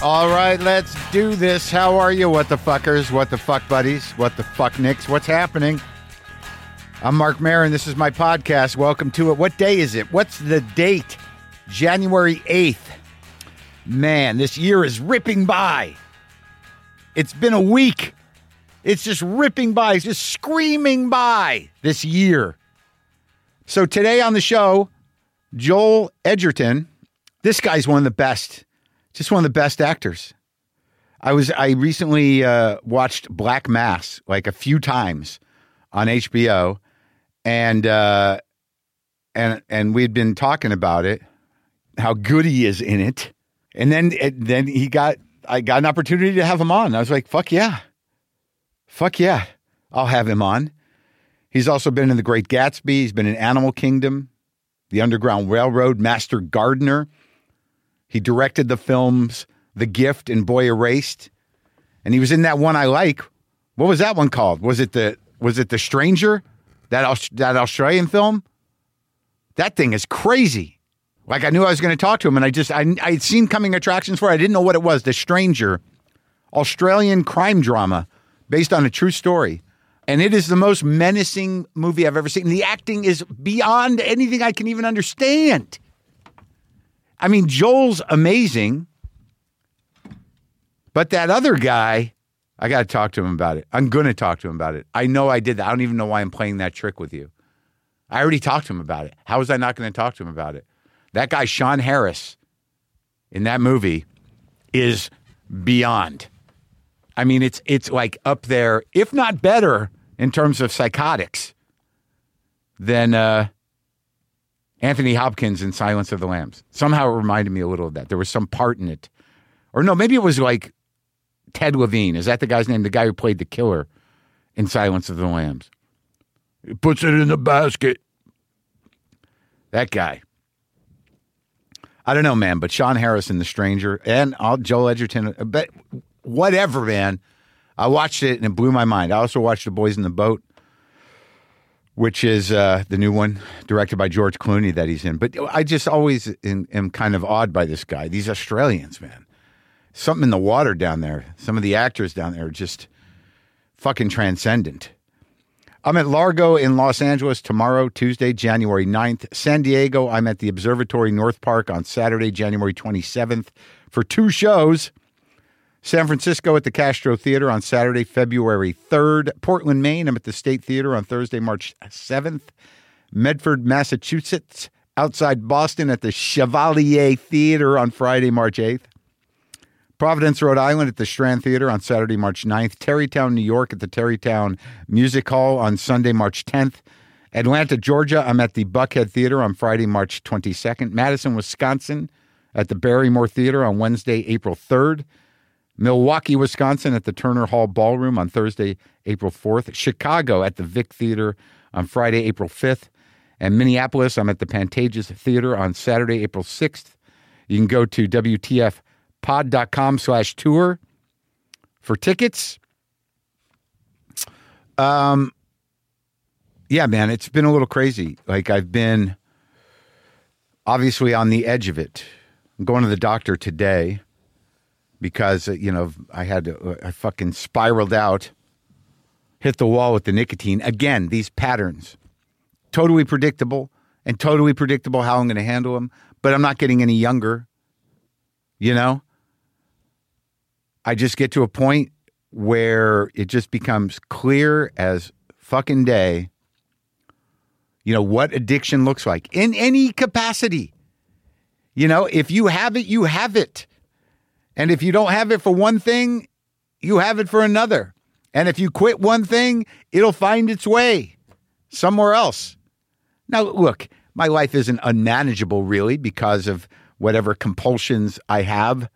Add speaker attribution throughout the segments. Speaker 1: All right, let's do this. How are you, what the fuckers? What the fuck buddies? What the fuck nicks? What's happening? I'm Mark Marin. This is my podcast. Welcome to it. What day is it? What's the date? January 8th. Man, this year is ripping by. It's been a week. It's just ripping by, it's just screaming by this year. So today on the show, Joel Edgerton, this guy's one of the best, just one of the best actors. I was I recently uh, watched Black Mass like a few times on HBO, and uh, and and we had been talking about it, how good he is in it, and then and then he got I got an opportunity to have him on. I was like, fuck yeah, fuck yeah, I'll have him on. He's also been in The Great Gatsby. He's been in Animal Kingdom, The Underground Railroad, Master Gardener. He directed the films The Gift and Boy Erased. And he was in that one I like. What was that one called? Was it the was it The Stranger? That Aus- that Australian film? That thing is crazy. Like I knew I was going to talk to him and I just I I had seen coming attractions for it. I didn't know what it was. The Stranger. Australian crime drama based on a true story. And it is the most menacing movie I've ever seen. The acting is beyond anything I can even understand. I mean, Joel's amazing, but that other guy, I got to talk to him about it. I'm going to talk to him about it. I know I did that. I don't even know why I'm playing that trick with you. I already talked to him about it. How was I not going to talk to him about it? That guy, Sean Harris, in that movie is beyond. I mean, it's it's like up there, if not better, in terms of psychotics than uh, Anthony Hopkins in Silence of the Lambs. Somehow it reminded me a little of that. There was some part in it, or no, maybe it was like Ted Levine. Is that the guy's name? The guy who played the killer in Silence of the Lambs. He puts it in the basket. That guy. I don't know, man, but Sean Harrison, The Stranger, and I'll, Joel Edgerton, uh, but whatever, man. I watched it and it blew my mind. I also watched The Boys in the Boat, which is uh, the new one directed by George Clooney that he's in. But I just always in, am kind of awed by this guy. These Australians, man. Something in the water down there. Some of the actors down there are just fucking transcendent. I'm at Largo in Los Angeles tomorrow, Tuesday, January 9th. San Diego, I'm at the Observatory North Park on Saturday, January 27th for two shows. San Francisco at the Castro Theater on Saturday, February 3rd. Portland, Maine, I'm at the State Theater on Thursday, March 7th. Medford, Massachusetts, outside Boston at the Chevalier Theater on Friday, March 8th. Providence, Rhode Island at the Strand Theater on Saturday, March 9th. Terrytown, New York at the Terrytown Music Hall on Sunday, March 10th. Atlanta, Georgia, I'm at the Buckhead Theater on Friday, March 22nd. Madison, Wisconsin at the Barrymore Theater on Wednesday, April 3rd. Milwaukee, Wisconsin at the Turner Hall Ballroom on Thursday, April 4th. Chicago at the Vic Theater on Friday, April 5th. And Minneapolis, I'm at the Pantages Theater on Saturday, April 6th. You can go to WTFpod.com slash tour for tickets. Um, yeah, man, it's been a little crazy. Like I've been obviously on the edge of it. I'm going to the doctor today because uh, you know I had to, uh, I fucking spiraled out, hit the wall with the nicotine again. These patterns, totally predictable and totally predictable how I'm going to handle them. But I'm not getting any younger. You know, I just get to a point where it just becomes clear as fucking day. You know what addiction looks like in any capacity. You know, if you have it, you have it. And if you don't have it for one thing, you have it for another. And if you quit one thing, it'll find its way somewhere else. Now, look, my life isn't unmanageable really because of whatever compulsions I have.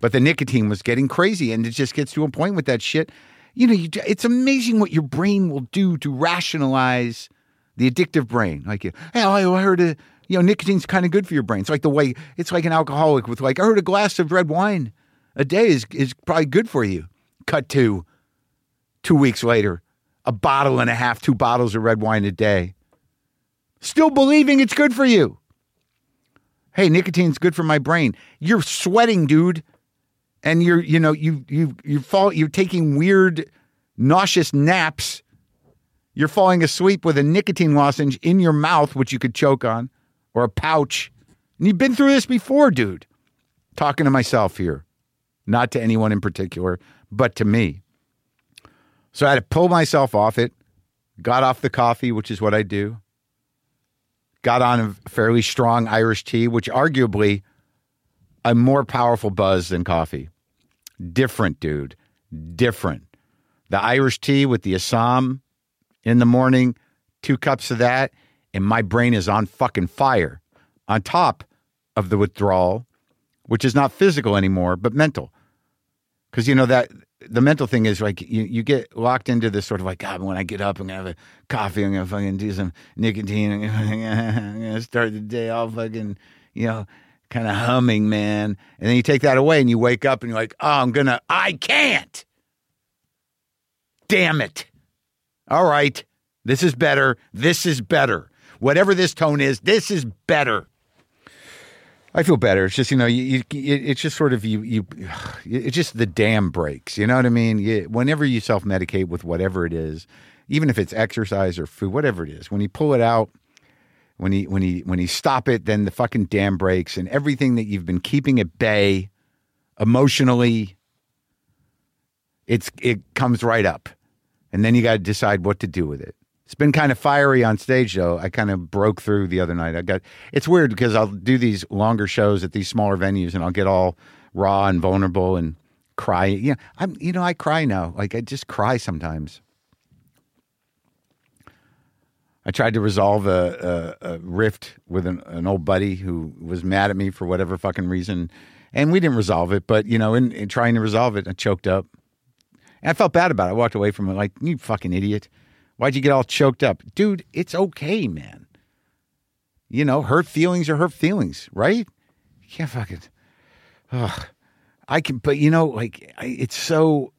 Speaker 1: But the nicotine was getting crazy, and it just gets to a point with that shit. You know, you, it's amazing what your brain will do to rationalize the addictive brain. Like, you, hey, I heard a, you know, nicotine's kind of good for your brain. It's like the way it's like an alcoholic with like, I heard a glass of red wine a day is is probably good for you. Cut to two weeks later, a bottle and a half, two bottles of red wine a day. Still believing it's good for you. Hey, nicotine's good for my brain. You're sweating, dude. and you're you know you you you fall you're taking weird nauseous naps. You're falling asleep with a nicotine lozenge in your mouth, which you could choke on, or a pouch. And you've been through this before, dude. Talking to myself here, not to anyone in particular, but to me. So I had to pull myself off it, got off the coffee, which is what I do, got on a fairly strong Irish tea, which arguably a more powerful buzz than coffee. Different, dude. Different. The Irish tea with the Assam in the morning, two cups of that, and my brain is on fucking fire. On top of the withdrawal, which is not physical anymore, but mental. Because you know that the mental thing is like you, you get locked into this sort of like God. When I get up, I'm gonna have a coffee. I'm gonna fucking do some nicotine. I'm gonna, I'm gonna start the day all fucking you know kind of humming, man. And then you take that away, and you wake up, and you're like, oh, I'm gonna. I can't. Damn it. All right, this is better. This is better. Whatever this tone is, this is better. I feel better. It's just you know, you, you it- it's just sort of you you, it's just the dam breaks. You know what I mean? You, whenever you self medicate with whatever it is, even if it's exercise or food, whatever it is, when you pull it out, when you when you when you stop it, then the fucking dam breaks, and everything that you've been keeping at bay, emotionally, it's it comes right up, and then you got to decide what to do with it. It's been kind of fiery on stage though. I kind of broke through the other night. I got it's weird because I'll do these longer shows at these smaller venues, and I'll get all raw and vulnerable and cry. Yeah, I'm you know I cry now. Like I just cry sometimes. I tried to resolve a, a, a rift with an, an old buddy who was mad at me for whatever fucking reason, and we didn't resolve it. But you know, in, in trying to resolve it, I choked up, and I felt bad about it. I walked away from it like you fucking idiot. Why'd you get all choked up, dude? It's okay, man. You know, hurt feelings are hurt feelings, right? You can't fucking. Ugh. I can, but you know, like I, it's so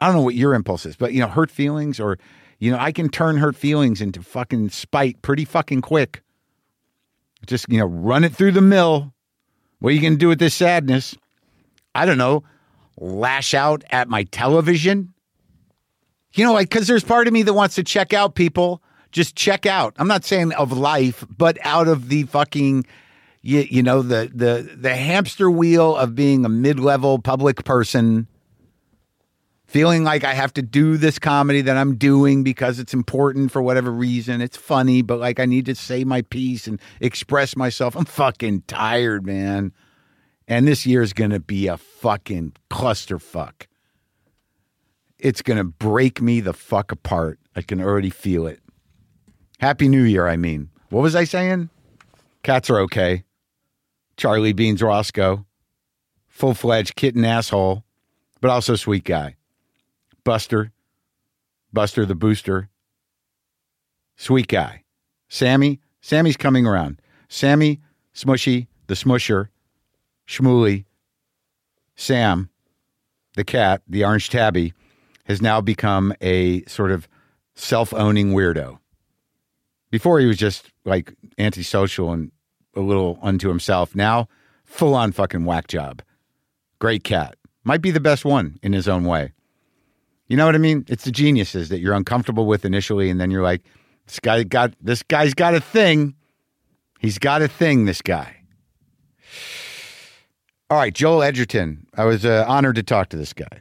Speaker 1: I don't know what your impulse is, but you know, hurt feelings or you know, I can turn hurt feelings into fucking spite pretty fucking quick. Just, you know, run it through the mill. What are you going to do with this sadness? I don't know. Lash out at my television. You know, like cuz there's part of me that wants to check out people. Just check out. I'm not saying of life, but out of the fucking you, you know the the the hamster wheel of being a mid-level public person feeling like I have to do this comedy that I'm doing because it's important for whatever reason. It's funny, but like I need to say my piece and express myself. I'm fucking tired, man. And this year is going to be a fucking clusterfuck. It's going to break me the fuck apart. I can already feel it. Happy New Year, I mean. What was I saying? Cats are okay. Charlie Beans Roscoe, full fledged kitten asshole, but also sweet guy. Buster, Buster the Booster, sweet guy. Sammy, Sammy's coming around. Sammy, Smushy, the Smusher, Shmooly, Sam, the cat, the orange tabby, has now become a sort of self owning weirdo. Before he was just like antisocial and a little unto himself. Now, full on fucking whack job. Great cat. Might be the best one in his own way. You know what I mean? It's the geniuses that you're uncomfortable with initially, and then you're like, this guy got this guy's got a thing. He's got a thing. This guy. All right, Joel Edgerton. I was uh, honored to talk to this guy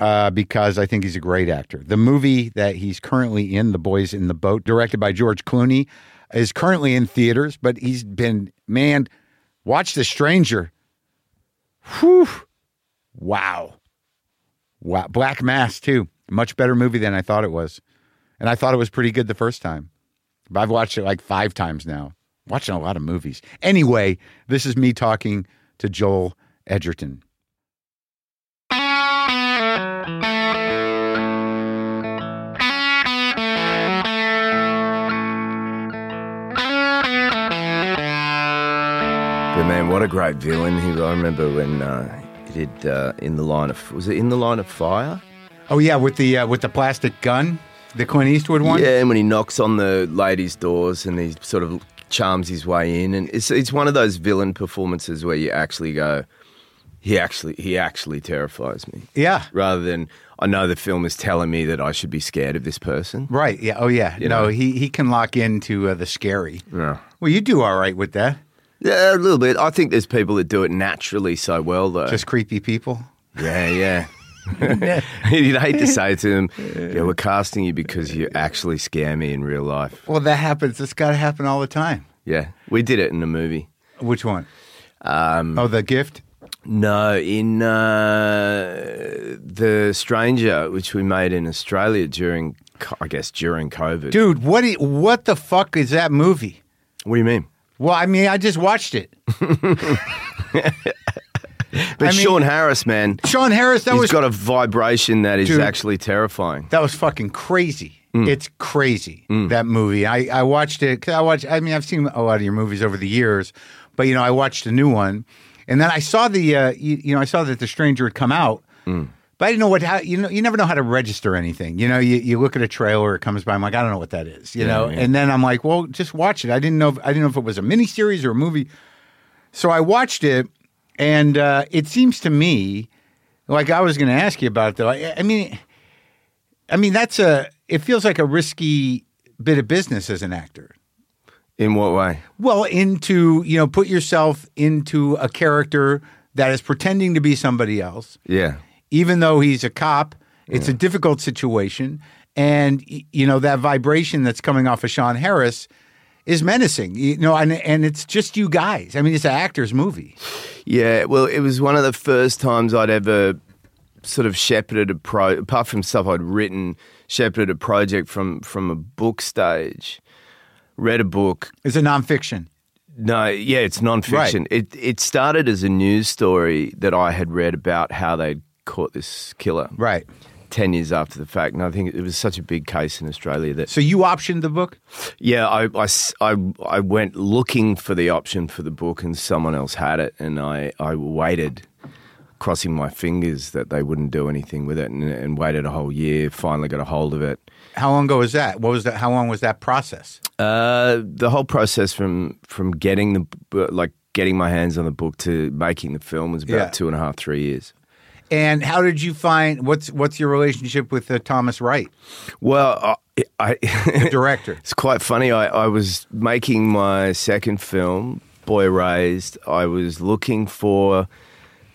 Speaker 1: uh, because I think he's a great actor. The movie that he's currently in, The Boys in the Boat, directed by George Clooney, is currently in theaters, but he's been man. Watch The Stranger. Whew. Wow. Wow. Black Mass, too. Much better movie than I thought it was. And I thought it was pretty good the first time. But I've watched it like five times now. Watching a lot of movies. Anyway, this is me talking to Joel Edgerton.
Speaker 2: But man, what a great villain! He, I remember when uh, he did uh, in the line of was it in the line of fire?
Speaker 1: Oh yeah, with the uh, with the plastic gun, the Clint Eastwood one.
Speaker 2: Yeah, and when he knocks on the ladies' doors and he sort of charms his way in, and it's it's one of those villain performances where you actually go, He actually he actually terrifies me.
Speaker 1: Yeah.
Speaker 2: Rather than I know the film is telling me that I should be scared of this person.
Speaker 1: Right. Yeah. Oh, yeah.
Speaker 2: You
Speaker 1: no,
Speaker 2: know.
Speaker 1: he he can lock into uh, the scary.
Speaker 2: Yeah.
Speaker 1: Well, you do all right with that.
Speaker 2: Yeah, a little bit. I think there's people that do it naturally so well though.
Speaker 1: Just creepy people.
Speaker 2: yeah, yeah. You'd hate to say to them, "Yeah, we're casting you because you actually scare me in real life."
Speaker 1: Well, that happens. It's got to happen all the time.
Speaker 2: Yeah, we did it in a movie.
Speaker 1: Which one? Um, oh, the gift.
Speaker 2: No, in uh, the Stranger, which we made in Australia during, co- I guess, during COVID.
Speaker 1: Dude, what do you- what the fuck is that movie?
Speaker 2: What do you mean?
Speaker 1: Well, I mean, I just watched it.
Speaker 2: But Sean Harris, man,
Speaker 1: Sean Harris, that
Speaker 2: he's
Speaker 1: was
Speaker 2: got a vibration that is
Speaker 1: Dude.
Speaker 2: actually terrifying.
Speaker 1: that was fucking crazy. It's crazy that movie. I I watched it. 'cause I watched. I mean, I've seen a lot of your movies over the years, but you know, I watched a new one, and then I saw the uh, you, you know I saw that the stranger had come out. But I didn't know what how you know. You never know how to register anything. You know, you, you look at a trailer, it comes by. I'm like, I don't know what that is. You know, and then I'm like, well, just watch it. I didn't know. If, I didn't know if it was a miniseries or a movie. So I watched it, and uh, it seems to me, like I was going to ask you about it, though. I, I mean, I mean that's a. It feels like a risky bit of business as an actor.
Speaker 2: In what way?
Speaker 1: Well, into you know, put yourself into a character that is pretending to be somebody else
Speaker 2: Yeah,
Speaker 1: even though he's a cop, it's a difficult situation. And, y- you know, that vibration that's coming off of Sean Harris is menacing, you know, and, and it's just you guys. I mean, it's an actor's movie.
Speaker 2: yeah. Well, it was one of the first times I'd ever sort of shepherded a pro, apart from stuff I'd written, shepherded a project from from a book stage. Read a book,
Speaker 1: It's a nonfiction.
Speaker 2: No, yeah, it's nonfiction. It it started as a news story that I had read about how they'd caught this killer
Speaker 1: Right.
Speaker 2: ten years after the fact, and I think it was such a big case in Australia that
Speaker 1: So you optioned the book?
Speaker 2: yeah, I, I s- I- I went looking for the option for the book, and someone else had it, and I I waited. Crossing my fingers that they wouldn't do anything with it, and, and waited a whole year. Finally, got a hold of it.
Speaker 1: How long ago was that? What was that? How long was that process?
Speaker 2: Uh, the whole process from from getting the b- like getting my hands on the book to making the film was about
Speaker 1: Yeah.
Speaker 2: two and a half, three years.
Speaker 1: And how did you find what's what's your relationship with uh, Thomas Wright,
Speaker 2: Well, I, I
Speaker 1: director?
Speaker 2: it's quite funny. I, I was making my second film, Boy Raised. I was looking for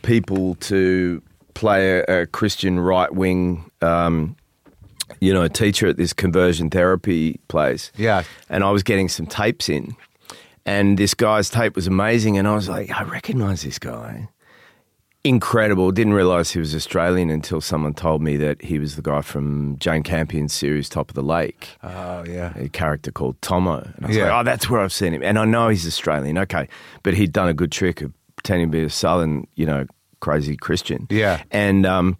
Speaker 2: people to play a, a Christian right wing, um, you know, teacher at this conversion therapy place.
Speaker 1: Yeah.
Speaker 2: and I was getting some tapes in. And this guy's tape was amazing. And I was like, I recognize this guy. Incredible. Didn't realize he was Australian until someone told me that he was the guy from Jane Campion's series Top of the Lake,
Speaker 1: Oh yeah.
Speaker 2: a character called Tomo. And I was
Speaker 1: Yeah.
Speaker 2: like, oh, that's where I've seen him. And I know he's Australian. Okay. But he'd done a good trick of pretending to be a Southern, you know, crazy Christian.
Speaker 1: Yeah.
Speaker 2: And um,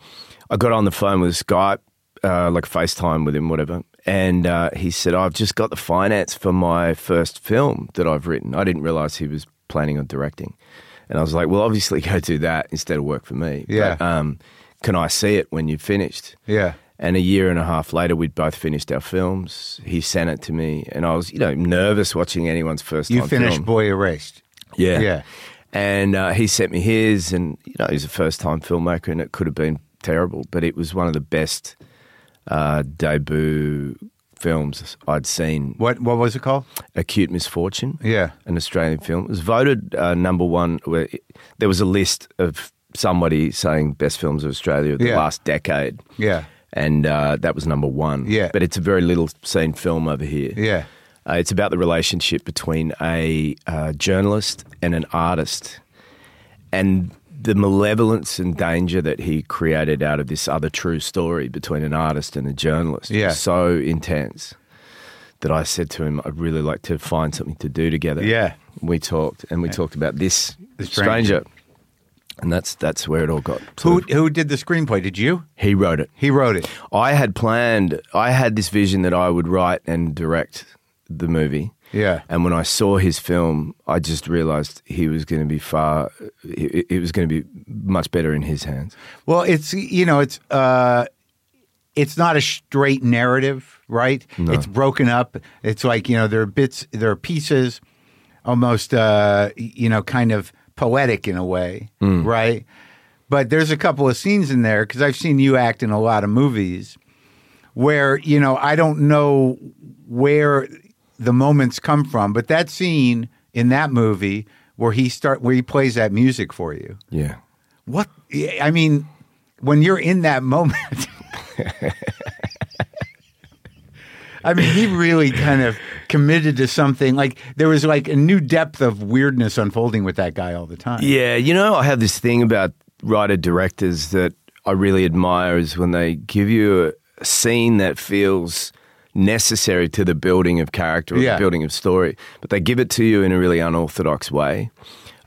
Speaker 2: I got on the phone with Skype, uh, like FaceTime with him, whatever. And uh, he said, I've just got the finance for my first film that I've written. I didn't realize he was planning on directing. And I was like, well, obviously go do that instead of work for me.
Speaker 1: Yeah.
Speaker 2: But, um, can I see it when you've finished?
Speaker 1: Yeah.
Speaker 2: And a year and a half later, we'd both finished our films. He sent it to me, and I was, you know, nervous watching anyone's first.
Speaker 1: You
Speaker 2: time
Speaker 1: finished
Speaker 2: film.
Speaker 1: Boy Erased.
Speaker 2: Yeah.
Speaker 1: Yeah.
Speaker 2: And uh, he sent me his, and you know, he's a first time filmmaker, and it could have been terrible, but it was one of the best uh, debut films I'd seen.
Speaker 1: What what was it called?
Speaker 2: Acute Misfortune.
Speaker 1: Yeah.
Speaker 2: An Australian film. It was voted uh, number one. Where it- there was a list of somebody saying best films of Australia of the
Speaker 1: Yeah.
Speaker 2: last decade.
Speaker 1: Yeah.
Speaker 2: And uh, that was number one.
Speaker 1: Yeah.
Speaker 2: But it's a very little seen film over here.
Speaker 1: Yeah.
Speaker 2: Uh, it's about the relationship between a uh, journalist and an artist and the malevolence and danger that he created out of this other true story between an artist and a journalist
Speaker 1: Yeah.
Speaker 2: was so intense that I said to him, I'd really like to find something to do together.
Speaker 1: Yeah.
Speaker 2: We talked and we talked about this
Speaker 1: The Stranger.
Speaker 2: stranger. And that's that's where it all got.
Speaker 1: Who
Speaker 2: sort of-
Speaker 1: who did the screenplay? Did you?
Speaker 2: he wrote it.
Speaker 1: He wrote it.
Speaker 2: I had planned, I had this vision that I would write and direct the movie.
Speaker 1: Yeah.
Speaker 2: And when I saw his film, I just realized he was going to be far, it it was going to be much better in his hands.
Speaker 1: Well, it's you know, it's uh, it's not a straight narrative, right? It's broken up. It's like you know, there are bits, there are pieces, almost uh, y- you know, kind of poetic in a way, right? but there's a couple of scenes in there because I've seen you act in a lot of movies where you know I don't know where the moments come from, but that scene in that movie where he start where he plays that music for you.
Speaker 2: Yeah.
Speaker 1: What I mean, when you're in that moment, I mean, he really kind of committed to something. Like there was like a new depth of weirdness unfolding with that guy all the time.
Speaker 2: Yeah, you know, I have this thing about writer directors that I really admire is when they give you a scene that feels necessary to the building of character or
Speaker 1: Yeah.
Speaker 2: the building of story, but they give it to you in a really unorthodox way.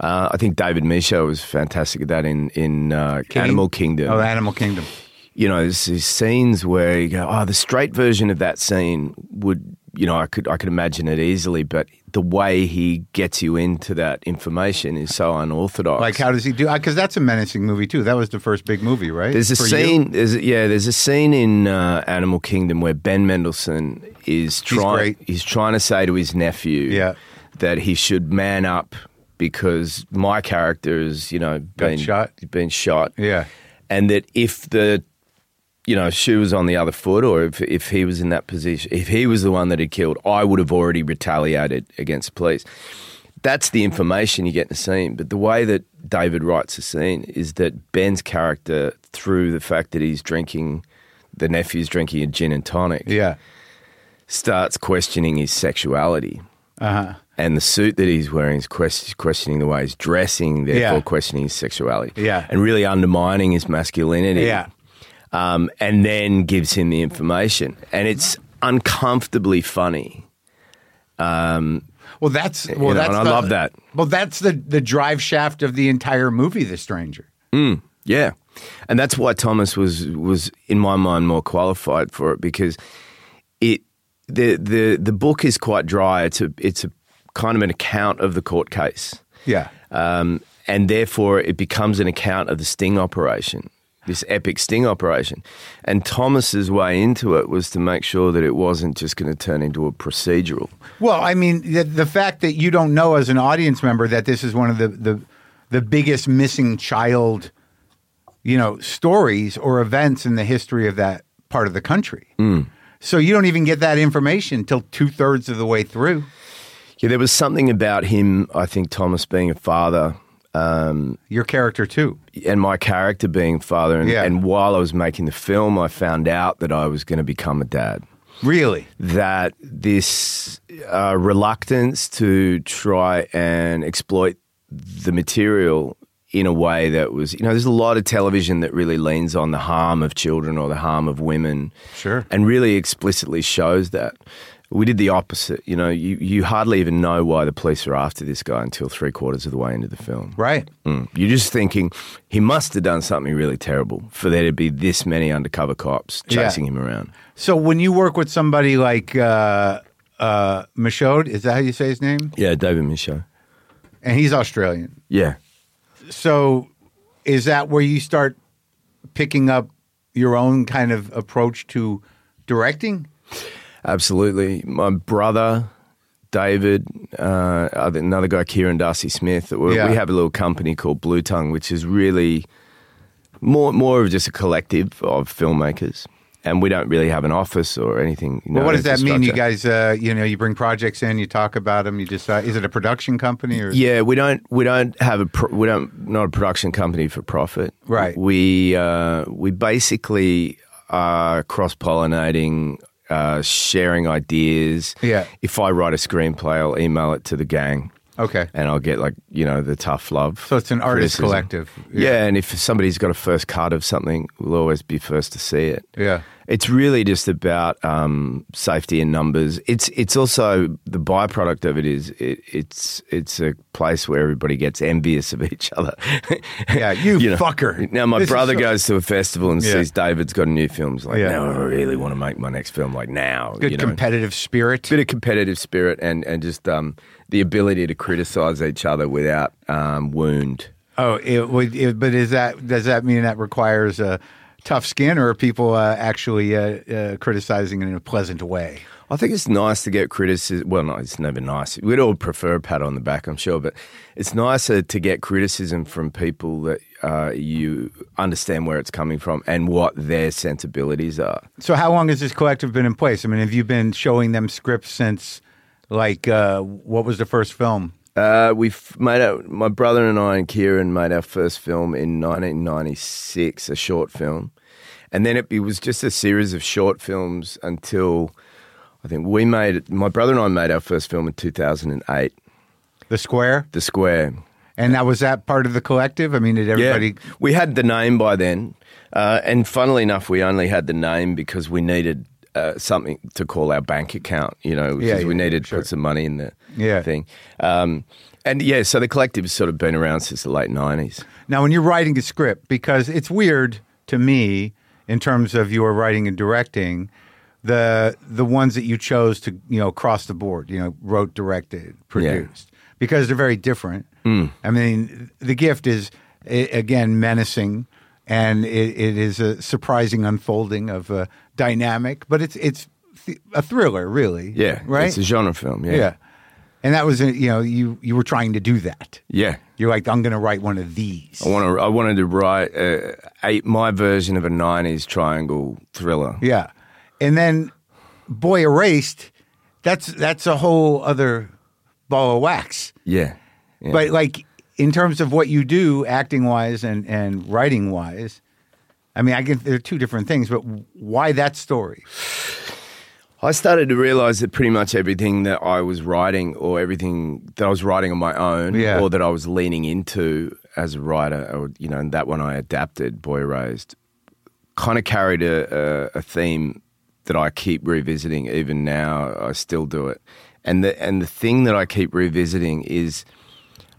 Speaker 2: Uh, I think David Michaud was fantastic at that in in uh, Animal Kingdom
Speaker 1: Oh, Animal Kingdom.
Speaker 2: you know, there's these scenes where you go, oh, the straight version of that scene would, you know, I could I could imagine it easily, but the way he gets you into that information is so unorthodox.
Speaker 1: Like, how does he do? Because that's a menacing movie too. That was the first big movie, right?
Speaker 2: there's a
Speaker 1: For you?
Speaker 2: scene, there's a, yeah, there's a scene in uh, Animal Kingdom where Ben Mendelsohn is trying
Speaker 1: great.
Speaker 2: he's trying to say to his nephew
Speaker 1: Yeah.
Speaker 2: that he should man up because my character is, you know, been
Speaker 1: shot.
Speaker 2: been shot.
Speaker 1: Yeah.
Speaker 2: and that if the you know shoe was on the other foot or if, if he was in that position if he was the one that had killed i would have already retaliated against police that's the information you get in the scene but the way that david writes the scene is that ben's character through the fact that he's drinking the nephew's drinking a gin and tonic
Speaker 1: Yeah.
Speaker 2: starts questioning his sexuality
Speaker 1: Uh huh.
Speaker 2: and the suit that he's wearing is quest- questioning the way he's dressing, therefore
Speaker 1: Yeah.
Speaker 2: questioning his sexuality,
Speaker 1: Yeah.
Speaker 2: and really undermining his masculinity.
Speaker 1: Yeah.
Speaker 2: um, and then gives him the information, and it's uncomfortably funny.
Speaker 1: Well, that's well,
Speaker 2: know,
Speaker 1: that's
Speaker 2: and I
Speaker 1: the-
Speaker 2: love that.
Speaker 1: Well, that's the the drive shaft of the entire movie, The Stranger.
Speaker 2: Yeah, and that's why Thomas was was in my mind more qualified for it because it the the the book is quite dry. It's a it's a kind of an account of the court case.
Speaker 1: Yeah.
Speaker 2: um, and therefore it becomes an account of the sting operation, this epic sting operation. And Thomas's way into it was to make sure that it wasn't just going to turn into a procedural.
Speaker 1: Well, I mean, the, the fact that you don't know as an audience member that this is one of the the, the biggest missing child, you know, stories or events in the history of that part of the country. So you don't even get that information till two thirds of the way through.
Speaker 2: Yeah, there was something about him. I think Thomas being a father
Speaker 1: Your character too.
Speaker 2: and my character being father, and,
Speaker 1: Yeah.
Speaker 2: and while I was making the film, I found out that I was going to become a dad.
Speaker 1: Really?
Speaker 2: that this uh, reluctance to try and exploit the material in a way that was, you know, there's a lot of television that really leans on the harm of children or the harm of women.
Speaker 1: Sure.
Speaker 2: And really explicitly shows that. We did the opposite. You know, you, you hardly even know why the police are after this guy until three quarters of the way into the film.
Speaker 1: Right.
Speaker 2: Mm. You're just thinking he must have done something really terrible for there to be this many undercover cops
Speaker 1: Yeah.
Speaker 2: chasing him around.
Speaker 1: So when you work with somebody like uh, uh, Michaud, is that how you say his name?
Speaker 2: Yeah, David Michaud.
Speaker 1: And he's Australian.
Speaker 2: Yeah.
Speaker 1: So is that where you start picking up your own kind of approach to directing?
Speaker 2: Absolutely. My brother, David, uh, other- another guy, Kieran Darcy Smith, we
Speaker 1: Yeah.
Speaker 2: we have a little company called Blue Tongue, which is really more, more of just a collective of filmmakers. And we don't really have an office or anything. you
Speaker 1: Well,
Speaker 2: know,
Speaker 1: what does that mean? You
Speaker 2: infrastructure.
Speaker 1: guys, uh, you know, you bring projects in, you talk about them, you decide. Is it a production company or?
Speaker 2: Yeah, we don't we don't have a pro, we don't not a production company for profit.
Speaker 1: Right.
Speaker 2: We uh, we basically are cross pollinating, uh, sharing ideas.
Speaker 1: Yeah.
Speaker 2: If I write a screenplay, I'll email it to the gang,
Speaker 1: Okay.
Speaker 2: and I'll get like you know the tough love.
Speaker 1: So it's an artist
Speaker 2: criticism.
Speaker 1: collective.
Speaker 2: Yeah. and if somebody's got a first cut of something, we'll always be first to see it.
Speaker 1: Yeah.
Speaker 2: It's really just about um, safety in numbers. It's it's also the byproduct of it is it, it's it's a place where everybody gets envious of each other.
Speaker 1: Yeah, you
Speaker 2: know.
Speaker 1: fucker.
Speaker 2: Now my
Speaker 1: This is
Speaker 2: brother
Speaker 1: so-
Speaker 2: goes to a festival and
Speaker 1: Yeah.
Speaker 2: sees David's got a new film. He's like,
Speaker 1: Yeah.
Speaker 2: now I really want to make my next film. Like now,
Speaker 1: Good
Speaker 2: you know.
Speaker 1: competitive spirit.
Speaker 2: Bit of competitive spirit and and just um, the ability to criticize each other without um, wound.
Speaker 1: Oh, it would. It, but is that does that mean that requires a tough skin, or are people uh, actually uh, uh, criticizing it in a pleasant way?
Speaker 2: I think it's nice to get criticism. Well, no, it's never nice. We'd all prefer a pat on the back, I'm sure, but it's nicer to get criticism from people that uh, you understand where it's coming from and what their sensibilities are.
Speaker 1: So, how long has this collective been in place? I mean, have you been showing them scripts since, like, uh, what was the first film?
Speaker 2: Uh, we f- made our, my brother and I and Kieran made our first film in 1996, a short film, and then it, it was just a series of short films until I think we made my brother and I made our first film in 2008,
Speaker 1: The Square,
Speaker 2: The Square.
Speaker 1: and that was that part of the collective. I mean, did everybody?
Speaker 2: we had the name by then, uh, and funnily enough, we only had the name because we needed. Uh, something to call our bank account, you know,
Speaker 1: Yeah,
Speaker 2: because we
Speaker 1: yeah,
Speaker 2: needed to
Speaker 1: sure.
Speaker 2: put some money in the
Speaker 1: Yeah.
Speaker 2: thing. Um, and yeah, so the collective's sort of been around since the late 90s.
Speaker 1: Now, when you're writing a script, because it's weird to me in terms of your writing and directing, the the ones that you chose to you know cross the board, you know, wrote, directed, produced, because they're very different.
Speaker 2: Hmm.
Speaker 1: I mean, the gift is i again menacing, and it, it is a surprising unfolding of a dynamic, but it's it's th- a thriller, really.
Speaker 2: Yeah,
Speaker 1: right.
Speaker 2: It's a genre film. Yeah,
Speaker 1: yeah, and that was a, you know you you were trying to do that.
Speaker 2: Yeah.
Speaker 1: You're like, I'm going to write one of these.
Speaker 2: I want to. I wanted to write uh, a, my version of a '90s triangle thriller.
Speaker 1: Yeah, and then boy erased. That's that's a whole other ball of wax.
Speaker 2: Yeah, yeah.
Speaker 1: But like in terms of what you do, acting wise and and writing wise, I mean, I get they're two different things. But why that story?
Speaker 2: I started to realize that pretty much everything that I was writing, or everything that I was writing on my own,
Speaker 1: Yeah.
Speaker 2: or that I was leaning into as a writer, or, you know, and that one I adapted, Boy Raised, kind of carried a, a, a theme that I keep revisiting even now. I still do it, and the and the thing that I keep revisiting is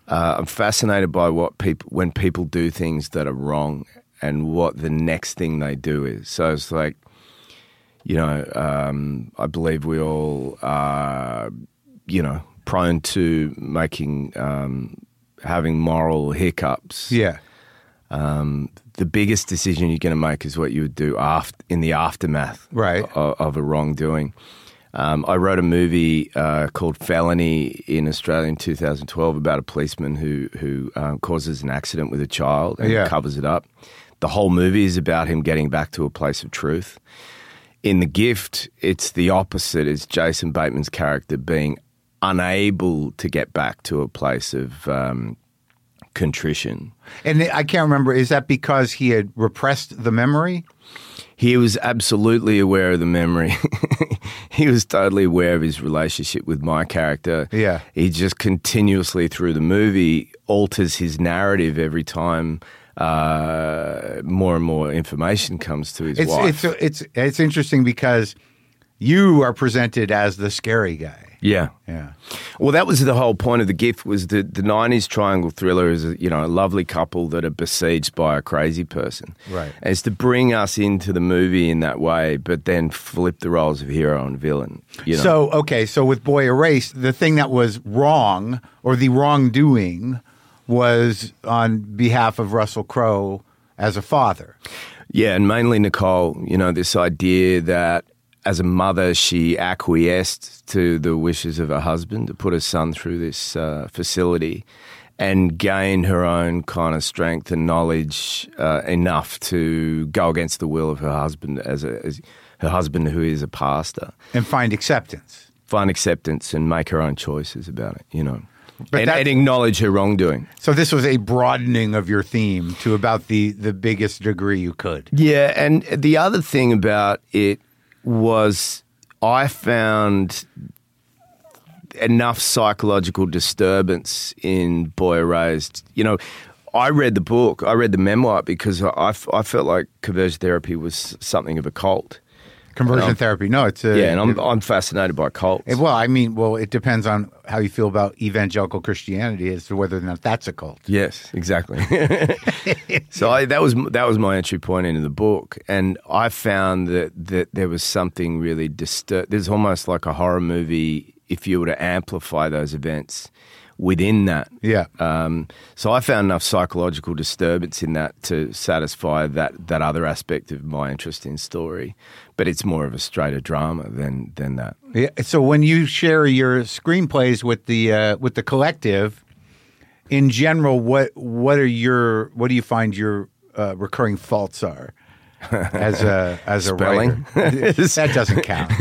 Speaker 2: uh, I'm fascinated by what people when people do things that are wrong and what the next thing they do is. So it's like, you know, um, I believe we all are, you know, prone to making um, having moral hiccups
Speaker 1: Yeah,
Speaker 2: the biggest decision you're going to make is what you would do after, in the aftermath
Speaker 1: Right.
Speaker 2: of, of a wrongdoing. Um, I wrote a movie uh, called Felony in Australia in 2012 about a policeman who who um, causes an accident with a child and
Speaker 1: Yeah.
Speaker 2: covers it up. The whole movie is about him getting back to a place of truth. In The Gift, it's the opposite. It's Jason Bateman's character being unable to get back to a place of um, contrition.
Speaker 1: and I can't remember. Is that because he had repressed the memory?
Speaker 2: He was absolutely aware of the memory. he was totally aware of his relationship with my character.
Speaker 1: Yeah.
Speaker 2: He just continuously through the movie alters his narrative every time uh, more and more information comes to his
Speaker 1: It's
Speaker 2: wife.
Speaker 1: it's it's it's interesting because you are presented as the scary guy.
Speaker 2: yeah.
Speaker 1: Yeah,
Speaker 2: Well, that was the whole point of the gift was the the '90s triangle thriller is a, you know a lovely couple that are besieged by a crazy person,
Speaker 1: Right.
Speaker 2: And it's to bring us into the movie in that way, but then flip the roles of hero and villain. You know?
Speaker 1: So okay, so with Boy Erased, the thing that was wrong or the wrongdoing was on behalf of Russell Crowe as a father.
Speaker 2: Yeah, and mainly Nicole, you know, this idea that as a mother, she acquiesced to the wishes of her husband to put her son through this uh, facility and gain her own kind of strength and knowledge uh, enough to go against the will of her husband as, a, as her husband who is a pastor
Speaker 1: And find acceptance.
Speaker 2: find acceptance and make her own choices about it you know
Speaker 1: But
Speaker 2: and,
Speaker 1: that-
Speaker 2: and acknowledge her wrongdoing
Speaker 1: So this was a broadening of your theme to about the the biggest degree you could.
Speaker 2: Yeah, and the other thing about it was I found enough psychological disturbance in Boy Raised. You know, I read the book, I read the memoir because I, I felt like conversion therapy was something of a cult.
Speaker 1: Conversion therapy. No, it's a
Speaker 2: Yeah, and I'm, I'm fascinated by cults.
Speaker 1: it- well, I mean, well, it depends on how you feel about evangelical Christianity as to whether or not that's a cult.
Speaker 2: Yes, exactly. so I, that was that was my entry point into the book, and I found that that there was something really disturbed. There's almost like a horror movie if you were to amplify those events, within that.
Speaker 1: Yeah.
Speaker 2: Um, so I found enough psychological disturbance in that to satisfy that that other aspect of my interest in story, but it's more of a straighter drama than than that.
Speaker 1: Yeah. So when you share your screenplays with the uh, with the collective, in general, what what are your what do you find your uh, recurring faults are as a as a
Speaker 2: Spelling.
Speaker 1: writer? that doesn't count.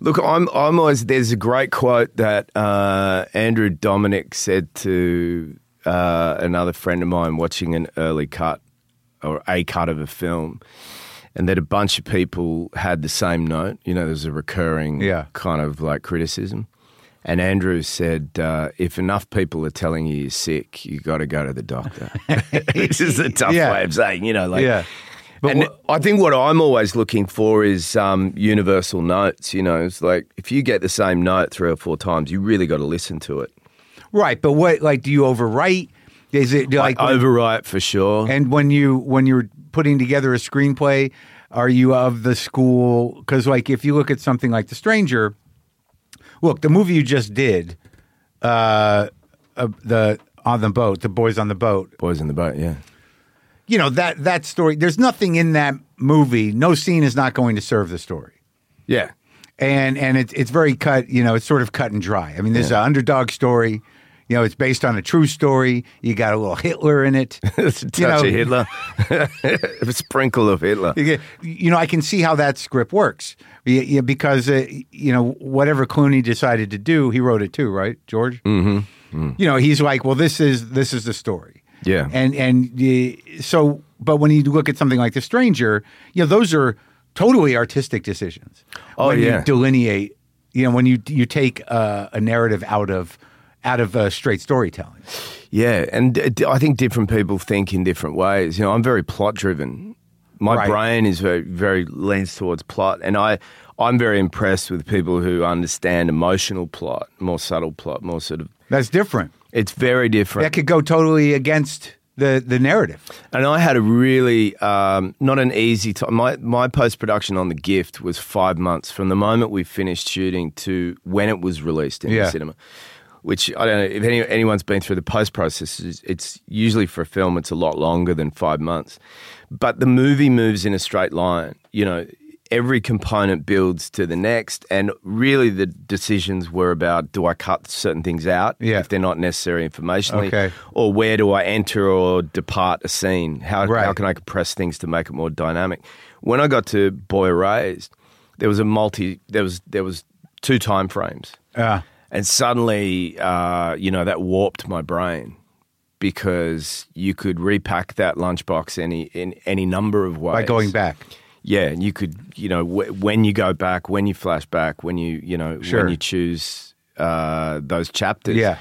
Speaker 2: Look, I'm I'm always there's a great quote that uh, Andrew Dominic said to uh, another friend of mine watching an early cut or a cut of a film, and that a bunch of people had the same note. You know, there's a recurring
Speaker 1: Yeah.
Speaker 2: kind of like criticism. And Andrew said, uh, if enough people are telling you you're sick, you got to go to the doctor. Which is a tough
Speaker 1: Yeah.
Speaker 2: way of saying, you know, like
Speaker 1: Yeah. But
Speaker 2: and
Speaker 1: what-
Speaker 2: I think what I'm always looking for is um, universal notes. You know, it's like if you get the same note three or four times, you really got to listen to it.
Speaker 1: Right. But what like do you overwrite? Is it like when-
Speaker 2: Overwrite for sure.
Speaker 1: And when you when you're putting together a screenplay, are you of the school? Because like if you look at something like The Stranger, look the movie you just did, uh, uh the on the boat, the boys on the boat.
Speaker 2: Boys in the boat, yeah.
Speaker 1: You know that that story. There's nothing in that movie. No scene is not going to serve the story.
Speaker 2: Yeah.
Speaker 1: and and it's it's very cut. You know, it's sort of cut and dry. I mean, there's an underdog story. You know, it's based on a true story. You got a little Hitler in it.
Speaker 2: It's a
Speaker 1: You know-
Speaker 2: touch of Hitler. a sprinkle of Hitler.
Speaker 1: You get- you know, I can see how that script works Y- yeah, because uh, you know whatever Clooney decided to do, he wrote it too, right, George? Mm-hmm. You know, he's like, well, this is this is the story.
Speaker 2: Mm. Yeah.
Speaker 1: and and uh, so, but when you look at something like The Stranger, you know, those are totally artistic decisions.
Speaker 2: Oh,
Speaker 1: when
Speaker 2: yeah.
Speaker 1: you delineate, you know, when you you take uh, a narrative out of out of uh, straight storytelling.
Speaker 2: Yeah, and d- d- I think different people think in different ways. You know, I'm very plot driven. My
Speaker 1: Right.
Speaker 2: brain is very, very leans towards plot, and I, I'm very impressed with people who understand emotional plot, more subtle plot, more sort of.
Speaker 1: That's different.
Speaker 2: It's very different.
Speaker 1: That could go totally against the the narrative.
Speaker 2: And I had a really um, not an easy time. My my post production on the gift was five months from the moment we finished shooting to when it was released in
Speaker 1: Yeah.
Speaker 2: the cinema. Which I don't know if any, anyone's been through the post process. It's, it's usually for a film, it's a lot longer than five months. But the movie moves in a straight line. You know, every component builds to the next, and really the decisions were about: do I cut certain things out
Speaker 1: Yeah.
Speaker 2: if they're not necessary informationally,
Speaker 1: Okay.
Speaker 2: or where do I enter or depart a scene? How,
Speaker 1: Right.
Speaker 2: how can I compress things to make it more dynamic? When I got to Boy Raised, there was a multi. There was there was two time frames,
Speaker 1: Uh,
Speaker 2: and suddenly, uh, you know, that warped my brain because you could repack that lunchbox any in any number of ways
Speaker 1: by going back.
Speaker 2: yeah, and you could, you know, wh- when you go back, when you flash back, when you, you know,
Speaker 1: Sure.
Speaker 2: when you choose uh, those chapters,
Speaker 1: Yeah.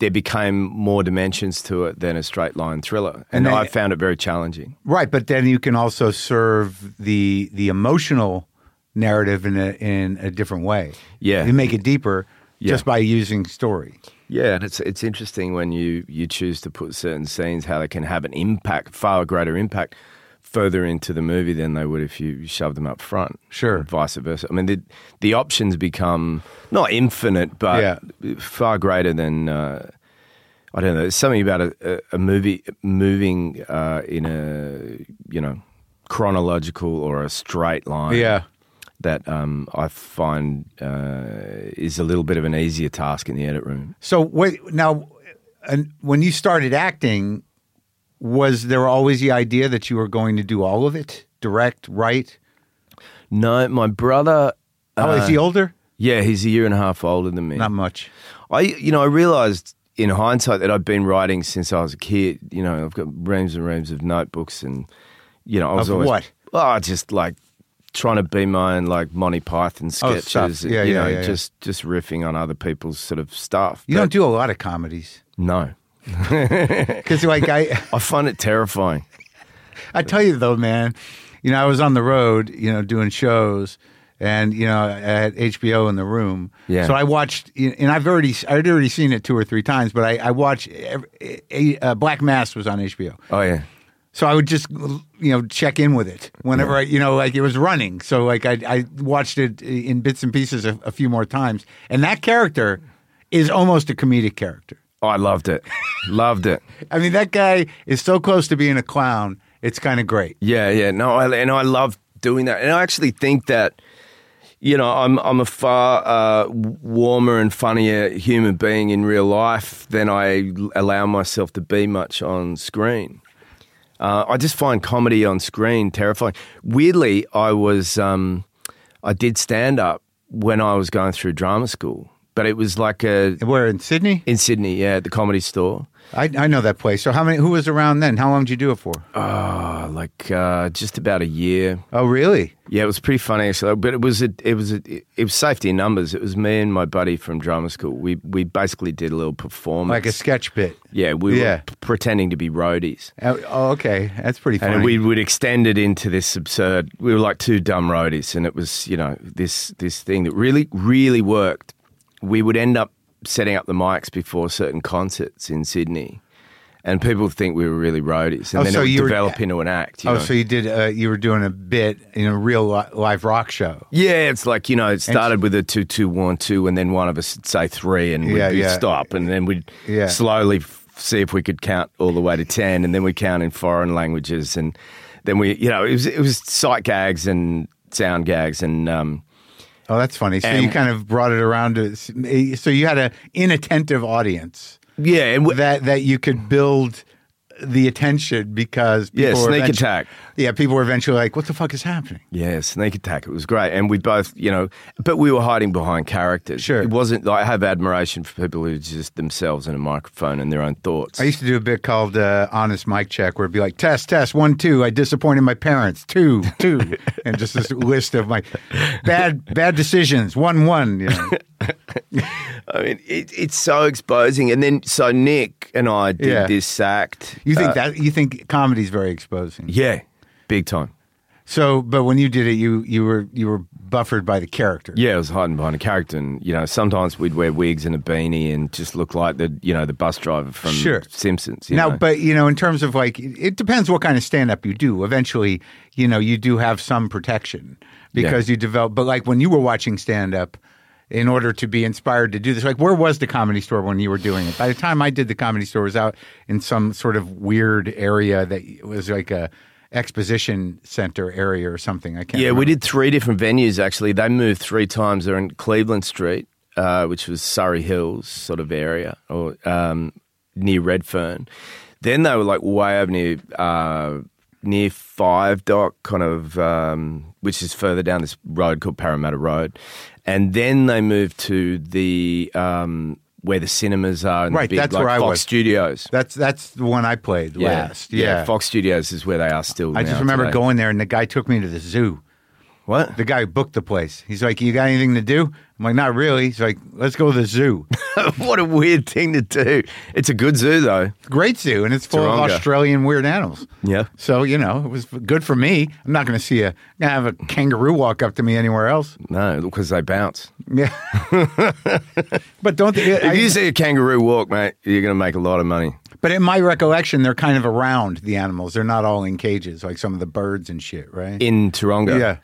Speaker 2: there became more dimensions to it than a straight line thriller,
Speaker 1: And
Speaker 2: and,
Speaker 1: then-
Speaker 2: I found it very challenging.
Speaker 1: Right, but then you can also serve the the emotional narrative in a in a different way.
Speaker 2: Yeah.
Speaker 1: You make it deeper
Speaker 2: Yeah.
Speaker 1: just by using story.
Speaker 2: Yeah, and it's it's interesting when you you choose to put certain scenes how they can have an impact, far greater impact, further into the movie than they would if you shoved them up front.
Speaker 1: Sure.
Speaker 2: vice versa. I mean, the the options become not infinite, but far greater than. Uh, I don't know. There's something about a, a, a movie moving uh, in a you know chronological or a straight line.
Speaker 1: Yeah.
Speaker 2: That um, I find uh, is a little bit of an easier task in the edit room.
Speaker 1: So wait now and when you started acting was there always the idea that you were going to do all of it? Direct, write?
Speaker 2: No, my brother.
Speaker 1: Oh, is he
Speaker 2: Uh,
Speaker 1: older?
Speaker 2: Yeah, he's a year and a half older than me.
Speaker 1: Not much.
Speaker 2: I, you know, I realized in hindsight that I'd been writing since I was a kid. You know, I've got reams and reams of notebooks, and you know, I was
Speaker 1: Of
Speaker 2: always
Speaker 1: what?
Speaker 2: Oh, just like trying to be my own like Monty Python
Speaker 1: Oh, stuff.
Speaker 2: sketches.
Speaker 1: Yeah,
Speaker 2: you
Speaker 1: yeah,
Speaker 2: know,
Speaker 1: yeah, yeah.
Speaker 2: just just riffing on other people's sort of stuff.
Speaker 1: You
Speaker 2: But
Speaker 1: don't do a lot of comedies.
Speaker 2: no.
Speaker 1: Cuz like I
Speaker 2: I find it terrifying.
Speaker 1: I tell you though, man, you know, I was on the road, you know, doing shows, and you know, I had HBO in the room.
Speaker 2: Yeah.
Speaker 1: So I watched, and I've already, I'd already seen it two or three times, but I, I watched. Every, a, uh, Black Mass was on HBO,
Speaker 2: Oh yeah,
Speaker 1: so I would just, you know, check in with it whenever I, you know, like it was running. So like I, I watched it in bits and pieces a, a few more times, and that character is almost a comedic character.
Speaker 2: I loved it. loved it.
Speaker 1: I mean, that guy is so close to being a clown. It's kind of great.
Speaker 2: Yeah, yeah. No, I, and I love doing that. And I actually think that, you know, I'm I'm a far uh, warmer and funnier human being in real life than I l- allow myself to be much on screen. Uh, I just find comedy on screen terrifying. Weirdly, I was um, I did stand up when I was going through drama school, but it was like a
Speaker 1: And We're in Sydney.
Speaker 2: in Sydney, yeah, at the comedy store.
Speaker 1: I, I know that place. So how many? Who was around then? How long did you do it for?
Speaker 2: Uh, like uh, just about a year.
Speaker 1: Oh, really?
Speaker 2: Yeah, it was pretty funny actually, but it was a, it was a, it was safety in numbers. It was me and my buddy from drama school. We we basically did a little performance,
Speaker 1: Like a sketch bit.
Speaker 2: yeah, we
Speaker 1: Yeah.
Speaker 2: were p- pretending to be roadies,
Speaker 1: Uh, Oh, okay. That's pretty funny.
Speaker 2: and we would extend it into this absurd. We were like two dumb roadies, and it was you know this this thing that really really worked. We would end up setting up the mics before certain concerts in Sydney, and people would think we were really roadies, and
Speaker 1: Oh,
Speaker 2: then
Speaker 1: so
Speaker 2: it would
Speaker 1: you were-
Speaker 2: develop into an act. You
Speaker 1: oh,
Speaker 2: know?
Speaker 1: so you did? Uh, you were doing a bit in a real li- live rock show.
Speaker 2: Yeah, it's like you know, it started with a two, two, one, two, and then one of us would say three, and we'd
Speaker 1: Yeah,
Speaker 2: be-
Speaker 1: yeah.
Speaker 2: stop, and then we'd
Speaker 1: Yeah.
Speaker 2: slowly f- see if we could count all the way to ten, and then we count in foreign languages, and then we, you know, it was it was sight gags and sound gags, and um,
Speaker 1: Oh, that's funny. So
Speaker 2: And-
Speaker 1: you kind of brought it around to. eh, So you had an inattentive audience
Speaker 2: yeah, and w-
Speaker 1: that that you could build the attention because
Speaker 2: Yeah,
Speaker 1: people were
Speaker 2: sneak
Speaker 1: eventu-
Speaker 2: attack.
Speaker 1: Yeah, people were eventually like, "What the fuck is happening?"
Speaker 2: yeah, sneak attack. It was great, and we both, you know, but we were hiding behind characters.
Speaker 1: Sure.
Speaker 2: it wasn't. I have admiration for people who just themselves in a microphone and their own thoughts.
Speaker 1: I used to do a bit called uh, "Honest Mic Check," where it'd be like, "Test, test, one, two. I disappointed my parents. Two, two, and just this list of my bad, bad decisions. One, one. You know.
Speaker 2: I mean, it, it's so exposing. And then, so Nick and I did
Speaker 1: Yeah.
Speaker 2: this act.
Speaker 1: You think
Speaker 2: Uh,
Speaker 1: that you think comedy's very exposing.
Speaker 2: Yeah, big time.
Speaker 1: So, but when you did it, you you were you were buffered by the character.
Speaker 2: Yeah, it was hiding behind a character, and you know, sometimes we'd wear wigs and a beanie and just look like the you know the bus driver from
Speaker 1: Sure.
Speaker 2: Simpsons. You
Speaker 1: Now,
Speaker 2: know?
Speaker 1: but you know, in terms of like, it it depends what kind of stand up you do. Eventually, you know, you do have some protection because you develop. But like when you were watching stand up, in order to be inspired to do this, like where was the comedy store when you were doing it? By the time I did the comedy store, it was out in some sort of weird area that was like a exposition center area or something. I can't.
Speaker 2: yeah,
Speaker 1: remember.
Speaker 2: we did three different venues actually. They moved three times. They're in Cleveland Street, uh, which was Surrey Hills sort of area, or um, near Redfern. Then they were like way over near uh, near Five Dock, kind of, um, which is further down this road called Parramatta Road. And then they moved to the um, where the cinemas are, and the
Speaker 1: Right,
Speaker 2: big,
Speaker 1: that's
Speaker 2: like,
Speaker 1: where I
Speaker 2: Fox
Speaker 1: was.
Speaker 2: Studios.
Speaker 1: That's that's the one I played last.
Speaker 2: yeah,
Speaker 1: Yeah.
Speaker 2: Fox Studios is where they are still.
Speaker 1: I
Speaker 2: now
Speaker 1: just remember
Speaker 2: today.
Speaker 1: going there, and the guy took me to the zoo.
Speaker 2: What?
Speaker 1: The guy who booked the place. He's like, "You got anything to do?" I'm like, "Not really." He's like, "Let's go to the zoo."
Speaker 2: what a weird thing to do. It's a good zoo, though.
Speaker 1: Great zoo, and it's full of
Speaker 2: Taronga.
Speaker 1: Australian weird animals.
Speaker 2: Yeah.
Speaker 1: So you know, it was good for me. I'm not going to see a gonna have a kangaroo walk up to me anywhere else.
Speaker 2: No, because they bounce.
Speaker 1: Yeah. but don't. They,
Speaker 2: If
Speaker 1: I-
Speaker 2: you see a kangaroo walk, mate, you're going to make a lot of money.
Speaker 1: but in my recollection, they're kind of around the animals. They're not all in cages like some of the birds and shit, right?
Speaker 2: In Taronga.
Speaker 1: Yeah.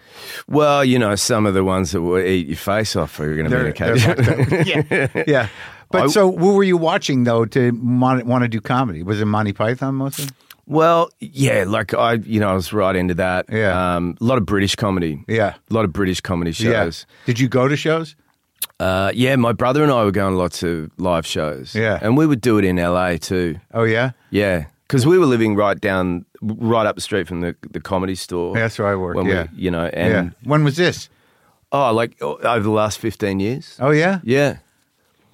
Speaker 2: Well, you know, some of the ones that will eat your face off are going to be in
Speaker 1: They're-
Speaker 2: a cage.
Speaker 1: they're fucked up. yeah. yeah. But
Speaker 2: I-
Speaker 1: so, what were you watching though to mon- want to do comedy? Was it Monty Python mostly?
Speaker 2: well, yeah, like I, you know, I was right into that.
Speaker 1: Yeah.
Speaker 2: Um, a lot of British comedy.
Speaker 1: Yeah.
Speaker 2: A lot of British comedy shows.
Speaker 1: Yeah. Did you go to shows?
Speaker 2: Uh, yeah, my brother and I were going to lots of live shows.
Speaker 1: Yeah.
Speaker 2: And we would do it in LA too.
Speaker 1: Oh yeah,
Speaker 2: Yeah, because we were living right down, right up the street from the, the comedy store.
Speaker 1: Yeah, that's where I worked,
Speaker 2: When
Speaker 1: yeah.
Speaker 2: we, you know, and
Speaker 1: yeah. When was this?
Speaker 2: oh, like o- over the last fifteen years.
Speaker 1: Oh yeah.
Speaker 2: Yeah,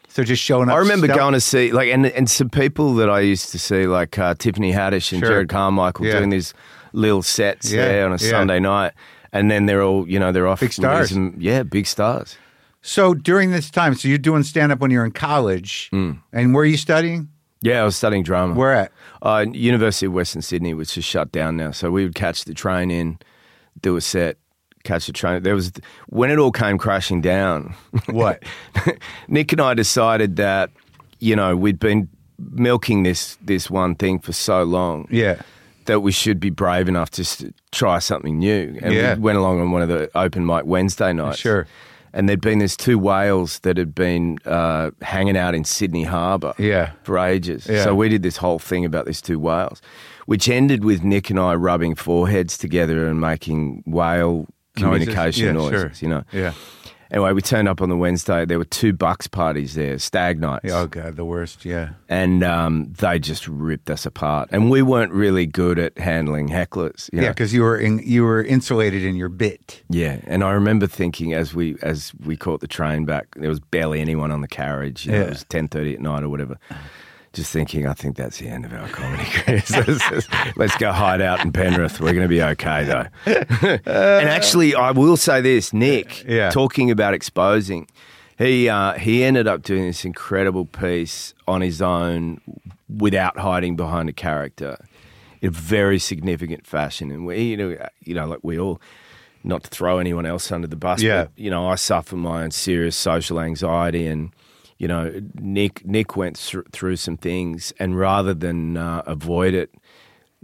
Speaker 1: So just showing up.
Speaker 2: I remember
Speaker 1: stealth-
Speaker 2: going to see like and and some people that I used to see like uh, Tiffany Haddish and
Speaker 1: Sure.
Speaker 2: Jared Carmichael
Speaker 1: Yeah.
Speaker 2: doing these little sets
Speaker 1: Yeah,
Speaker 2: there on a
Speaker 1: yeah.
Speaker 2: Sunday night, and then they're all you know they're off
Speaker 1: Big
Speaker 2: with
Speaker 1: stars.
Speaker 2: some- yeah, big stars.
Speaker 1: So during this time, so you're doing stand up when you're in college,
Speaker 2: Mm.
Speaker 1: and where are you studying?
Speaker 2: Yeah, I was studying drama.
Speaker 1: Where at?
Speaker 2: Uh, University of Western Sydney, which is shut down now. So we would catch the train in, do a set, catch the train. There was when it all came crashing down.
Speaker 1: What?
Speaker 2: Nick and I decided that you know we'd been milking this this one thing for so long
Speaker 1: yeah.
Speaker 2: that we should be brave enough just to try something new. And
Speaker 1: Yeah.
Speaker 2: we went along on one of the open mic Wednesday nights.
Speaker 1: Sure.
Speaker 2: and there'd been these two whales that had been uh, hanging out in Sydney Harbour
Speaker 1: Yeah.
Speaker 2: for ages.
Speaker 1: Yeah.
Speaker 2: So we did this whole thing about these two whales, which ended with Nick and I rubbing foreheads together and making whale
Speaker 1: Noises.
Speaker 2: communication
Speaker 1: Yeah,
Speaker 2: noises,
Speaker 1: sure.
Speaker 2: you know.
Speaker 1: Yeah.
Speaker 2: Anyway, we turned up on the Wednesday. There were two bucks parties there, stag nights
Speaker 1: Yeah, Oh god, the worst. Yeah.
Speaker 2: and um, they just ripped us apart. And we weren't really good at handling hecklers. You
Speaker 1: Yeah,
Speaker 2: know?
Speaker 1: because you were in, you were insulated in your bit.
Speaker 2: yeah. And I remember thinking as we as we caught the train back, there was barely anyone on the carriage. You know,
Speaker 1: Yeah.
Speaker 2: It was ten thirty at night or whatever. Just thinking, I think that's the end of our comedy careers. let's, just- let's go hide out in Penrith. We're going to be okay though. and actually, I will say this, Nick.
Speaker 1: Uh, Yeah.
Speaker 2: Talking about exposing, he uh, he ended up doing this incredible piece on his own without hiding behind a character in a very significant fashion. And we, you know, you know, like we all, not to throw anyone else under the bus,
Speaker 1: Yeah.
Speaker 2: but you know, I suffer my own serious social anxiety and. You know, Nick Nick went thr- through some things, and rather than uh, avoid it,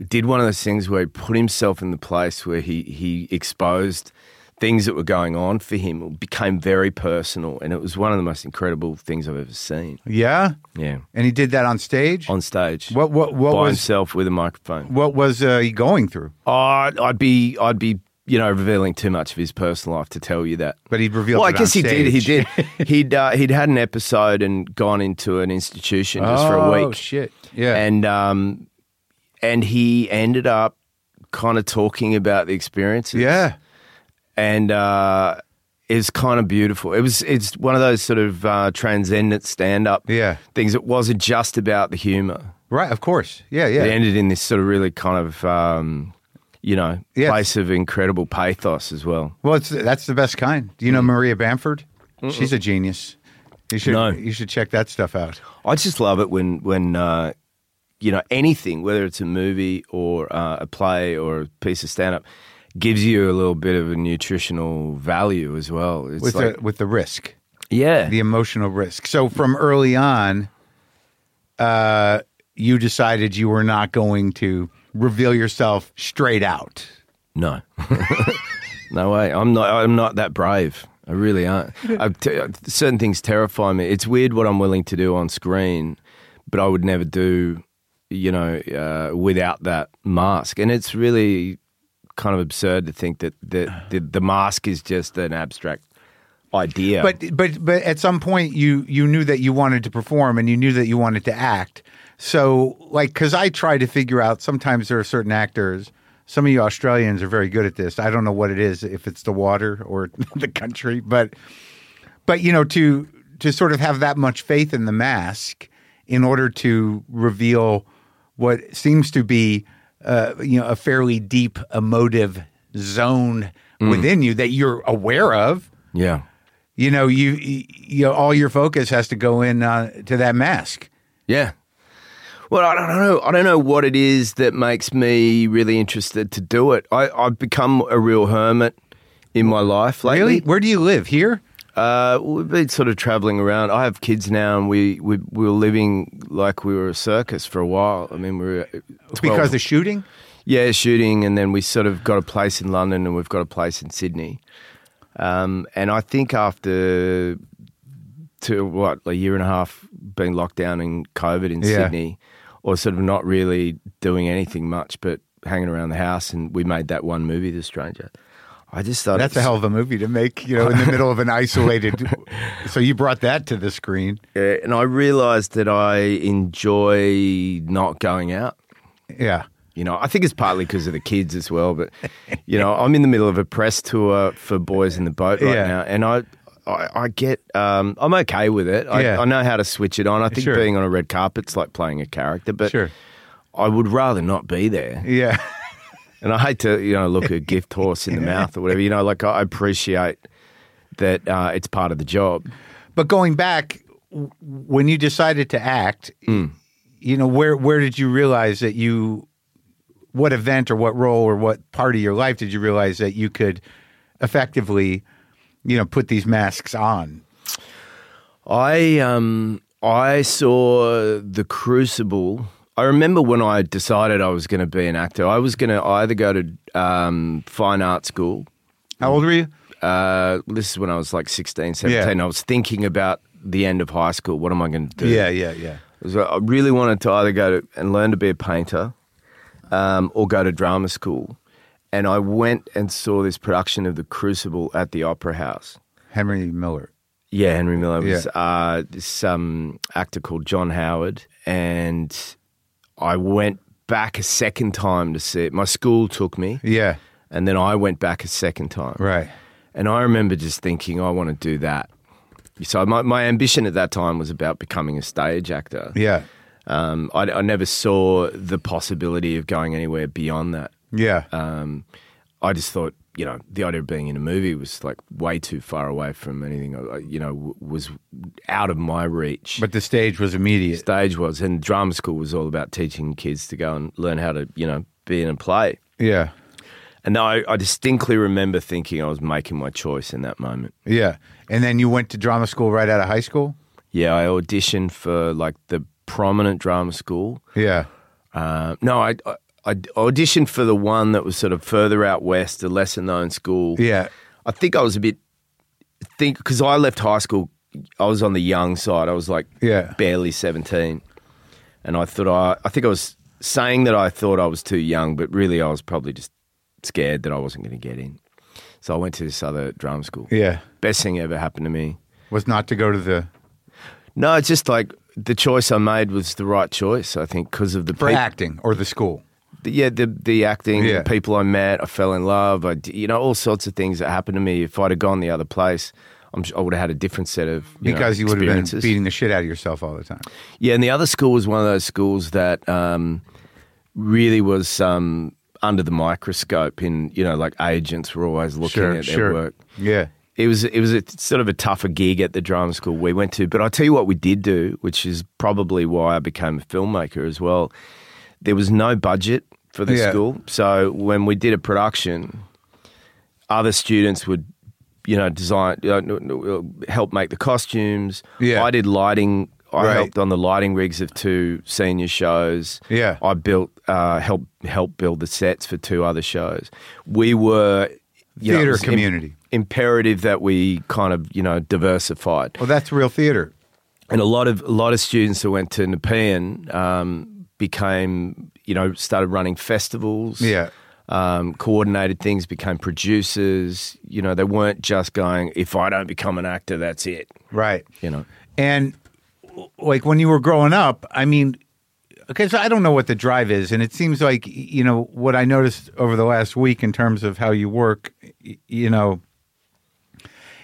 Speaker 2: did one of those things where he put himself in the place where he he exposed things that were going on for him. It became very personal, and it was one of the most incredible things I've ever seen.
Speaker 1: Yeah.
Speaker 2: Yeah,
Speaker 1: And he did that on stage.
Speaker 2: on stage,
Speaker 1: what what what
Speaker 2: by
Speaker 1: was
Speaker 2: himself with a microphone.
Speaker 1: what was uh, he going through?
Speaker 2: Oh, I'd I'd be I'd be you know revealing too much of his personal life to tell you that.
Speaker 1: But he revealed.
Speaker 2: well, I
Speaker 1: it on
Speaker 2: guess he did. He
Speaker 1: stage.
Speaker 2: did. he'd uh, he'd had an episode and gone into an institution just for a
Speaker 1: Oh
Speaker 2: week.
Speaker 1: shit. Yeah.
Speaker 2: and um, and he ended up kind of talking about the experiences.
Speaker 1: yeah.
Speaker 2: and uh, it's kind of beautiful. It was it's one of those sort of uh, transcendent stand up
Speaker 1: Yeah.
Speaker 2: things. It wasn't just about the humor.
Speaker 1: Right. Of course. Yeah. Yeah.
Speaker 2: It ended in this sort of really kind of um, you know
Speaker 1: Yes.
Speaker 2: place of incredible pathos as well.
Speaker 1: Well, it's that's the best kind. Do you know Maria Bamford? She's a genius. You should
Speaker 2: No.
Speaker 1: you should check that stuff out.
Speaker 2: I just love it when when uh, you know anything, whether it's a movie or uh, a play or a piece of stand up. Gives you a little bit of a nutritional value as well. It's
Speaker 1: With
Speaker 2: like,
Speaker 1: the with the risk,
Speaker 2: yeah,
Speaker 1: the emotional risk. So from early on, uh, you decided you were not going to reveal yourself straight out.
Speaker 2: No, no way. I'm not. I'm not that brave. I really aren't. I t- certain things terrify me. It's weird what I'm willing to do on screen, but I would never do, you know, uh, without that mask. And it's really kind of absurd to think that the, the the mask is just an abstract idea.
Speaker 1: But but but at some point you you knew that you wanted to perform and you knew that you wanted to act. So like cuz I try to figure out sometimes there are certain actors some of you Australians are very good at this. I don't know what it is if it's the water or the country, but but you know to to sort of have that much faith in the mask in order to reveal what seems to be uh, you know a fairly deep emotive zone within you that you're aware of
Speaker 2: yeah,
Speaker 1: you know you you know, all your focus has to go in uh, to that mask
Speaker 2: yeah. Well, I don't know. I don't know what it is that makes me really interested to do it. I, I've become a real hermit in my life lately.
Speaker 1: really where do you live here
Speaker 2: Uh, we've been sort of traveling around. I have kids now, and we, we, we were living like we were a circus for a while. I mean, we were 12.
Speaker 1: because of shooting
Speaker 2: yeah, shooting, and then we sort of got a place in London, and we've got a place in Sydney. Um, and I think after to what a year and a half being locked down in COVID in
Speaker 1: Yeah.
Speaker 2: Sydney, or sort of not really doing anything much, but hanging around the house, and we made that one movie, The Stranger. I just thought
Speaker 1: that's a hell of a movie to make you know in the middle of an isolated so you brought that to the screen
Speaker 2: Yeah, and I realized that I enjoy not going out.
Speaker 1: yeah
Speaker 2: You know, I think it's partly because of the kids as well, but you know, I'm in the middle of a press tour for Boys in the Boat right
Speaker 1: Yeah.
Speaker 2: now, and I, I, I get, um, I'm okay with it. I,
Speaker 1: Yeah.
Speaker 2: I know how to switch it on. I think
Speaker 1: Sure.
Speaker 2: being on a red carpet's like playing a character, but
Speaker 1: Sure.
Speaker 2: I would rather not be there.
Speaker 1: yeah
Speaker 2: And I hate to, you know, look a gift horse in the mouth or whatever. You know, like I appreciate that uh, it's part of the job.
Speaker 1: but going back w- when you decided to act you know where where did you realize that you what event or what role or what part of your life did you realize that you could effectively you know put these masks on
Speaker 2: I um I saw The Crucible. I remember when I decided I was going to be an actor. I was going to either go to um, fine art school.
Speaker 1: how old were you
Speaker 2: uh, this is when I was like 16, 17.
Speaker 1: Yeah.
Speaker 2: I was thinking about the end of high school. What am I going to do?
Speaker 1: Yeah, yeah, yeah.
Speaker 2: So I really wanted to either go to and learn to be a painter um, or go to drama school. And I went and saw this production of The Crucible at the Opera House.
Speaker 1: Henry Miller.
Speaker 2: Yeah, Henry Miller was
Speaker 1: Yeah.
Speaker 2: uh, this um, actor called John Howard, and I went back a second time to see it. My school took me,
Speaker 1: Yeah,
Speaker 2: and then I went back a second time.
Speaker 1: right.
Speaker 2: And I remember just thinking, I want to do that. So my, my ambition at that time was about becoming a stage actor.
Speaker 1: Yeah,
Speaker 2: Um, I, I never saw the possibility of going anywhere beyond that.
Speaker 1: yeah,
Speaker 2: Um, I just thought, you know, the idea of being in a movie was like way too far away from anything, I- I- you know, w- was out of my reach.
Speaker 1: but the stage was immediate.
Speaker 2: stage was, and drama school was all about teaching kids to go and learn how to, you know, be in a play.
Speaker 1: Yeah,
Speaker 2: And I, I distinctly remember thinking I was making my choice in that moment.
Speaker 1: yeah. And then you went to drama school right out of high school.
Speaker 2: Yeah, I auditioned for like the prominent drama school.
Speaker 1: Yeah,
Speaker 2: Uh, no, I, I I auditioned for the one that was sort of further out west, a lesser known school.
Speaker 1: yeah,
Speaker 2: I think I was a bit think because I left high school. I was on the young side. I was like
Speaker 1: Yeah.
Speaker 2: barely seventeen, and I thought I I think I was saying that I thought I was too young, but really I was probably just scared that I wasn't going to get in. So I went to this other drama school.
Speaker 1: yeah.
Speaker 2: Best thing ever happened to me.
Speaker 1: Was not to go to the
Speaker 2: No, it's just like the choice I made was the right choice. I think because of the
Speaker 1: for
Speaker 2: peop-
Speaker 1: acting or the school.
Speaker 2: the- yeah, the the acting,
Speaker 1: Yeah.
Speaker 2: the people I met, I fell in love. I, d- you know, all sorts of things that happened to me. If I'd have gone the other place, I'm, su- I would have had a different set of you know,
Speaker 1: Because you would have been
Speaker 2: experiences.
Speaker 1: beating the shit out of yourself all the time.
Speaker 2: Yeah, and the other school was one of those schools that um, really was um, under the microscope. In you know, like agents were always looking
Speaker 1: Sure,
Speaker 2: at their
Speaker 1: sure.
Speaker 2: work.
Speaker 1: Yeah,
Speaker 2: It was it was a, sort of a tougher gig at the drama school we went to. But I'll tell you what we did do, which is probably why I became a filmmaker as well. There was no budget for the
Speaker 1: Yeah.
Speaker 2: school, so when we did a production, other students would. You know, design, uh, n- n- help make the costumes.
Speaker 1: Yeah.
Speaker 2: I did lighting. I
Speaker 1: Right.
Speaker 2: helped on the lighting rigs of two senior shows.
Speaker 1: Yeah.
Speaker 2: I built, uh, helped help build the sets for two other shows. We were you know, it
Speaker 1: Theater
Speaker 2: was im-
Speaker 1: community.
Speaker 2: imperative that we kind of you know diversified.
Speaker 1: well, that's real theater.
Speaker 2: And a lot of a lot of students who went to Nepean um, became you know started running festivals.
Speaker 1: Yeah.
Speaker 2: Um, coordinated things became producers. You know, they weren't just going, if I don't become an actor, that's it.
Speaker 1: Right.
Speaker 2: You know,
Speaker 1: And like when you were growing up, I mean, because I don't know what the drive is, and it seems like y- you know what I noticed over the last week in terms of how you work. y- You know,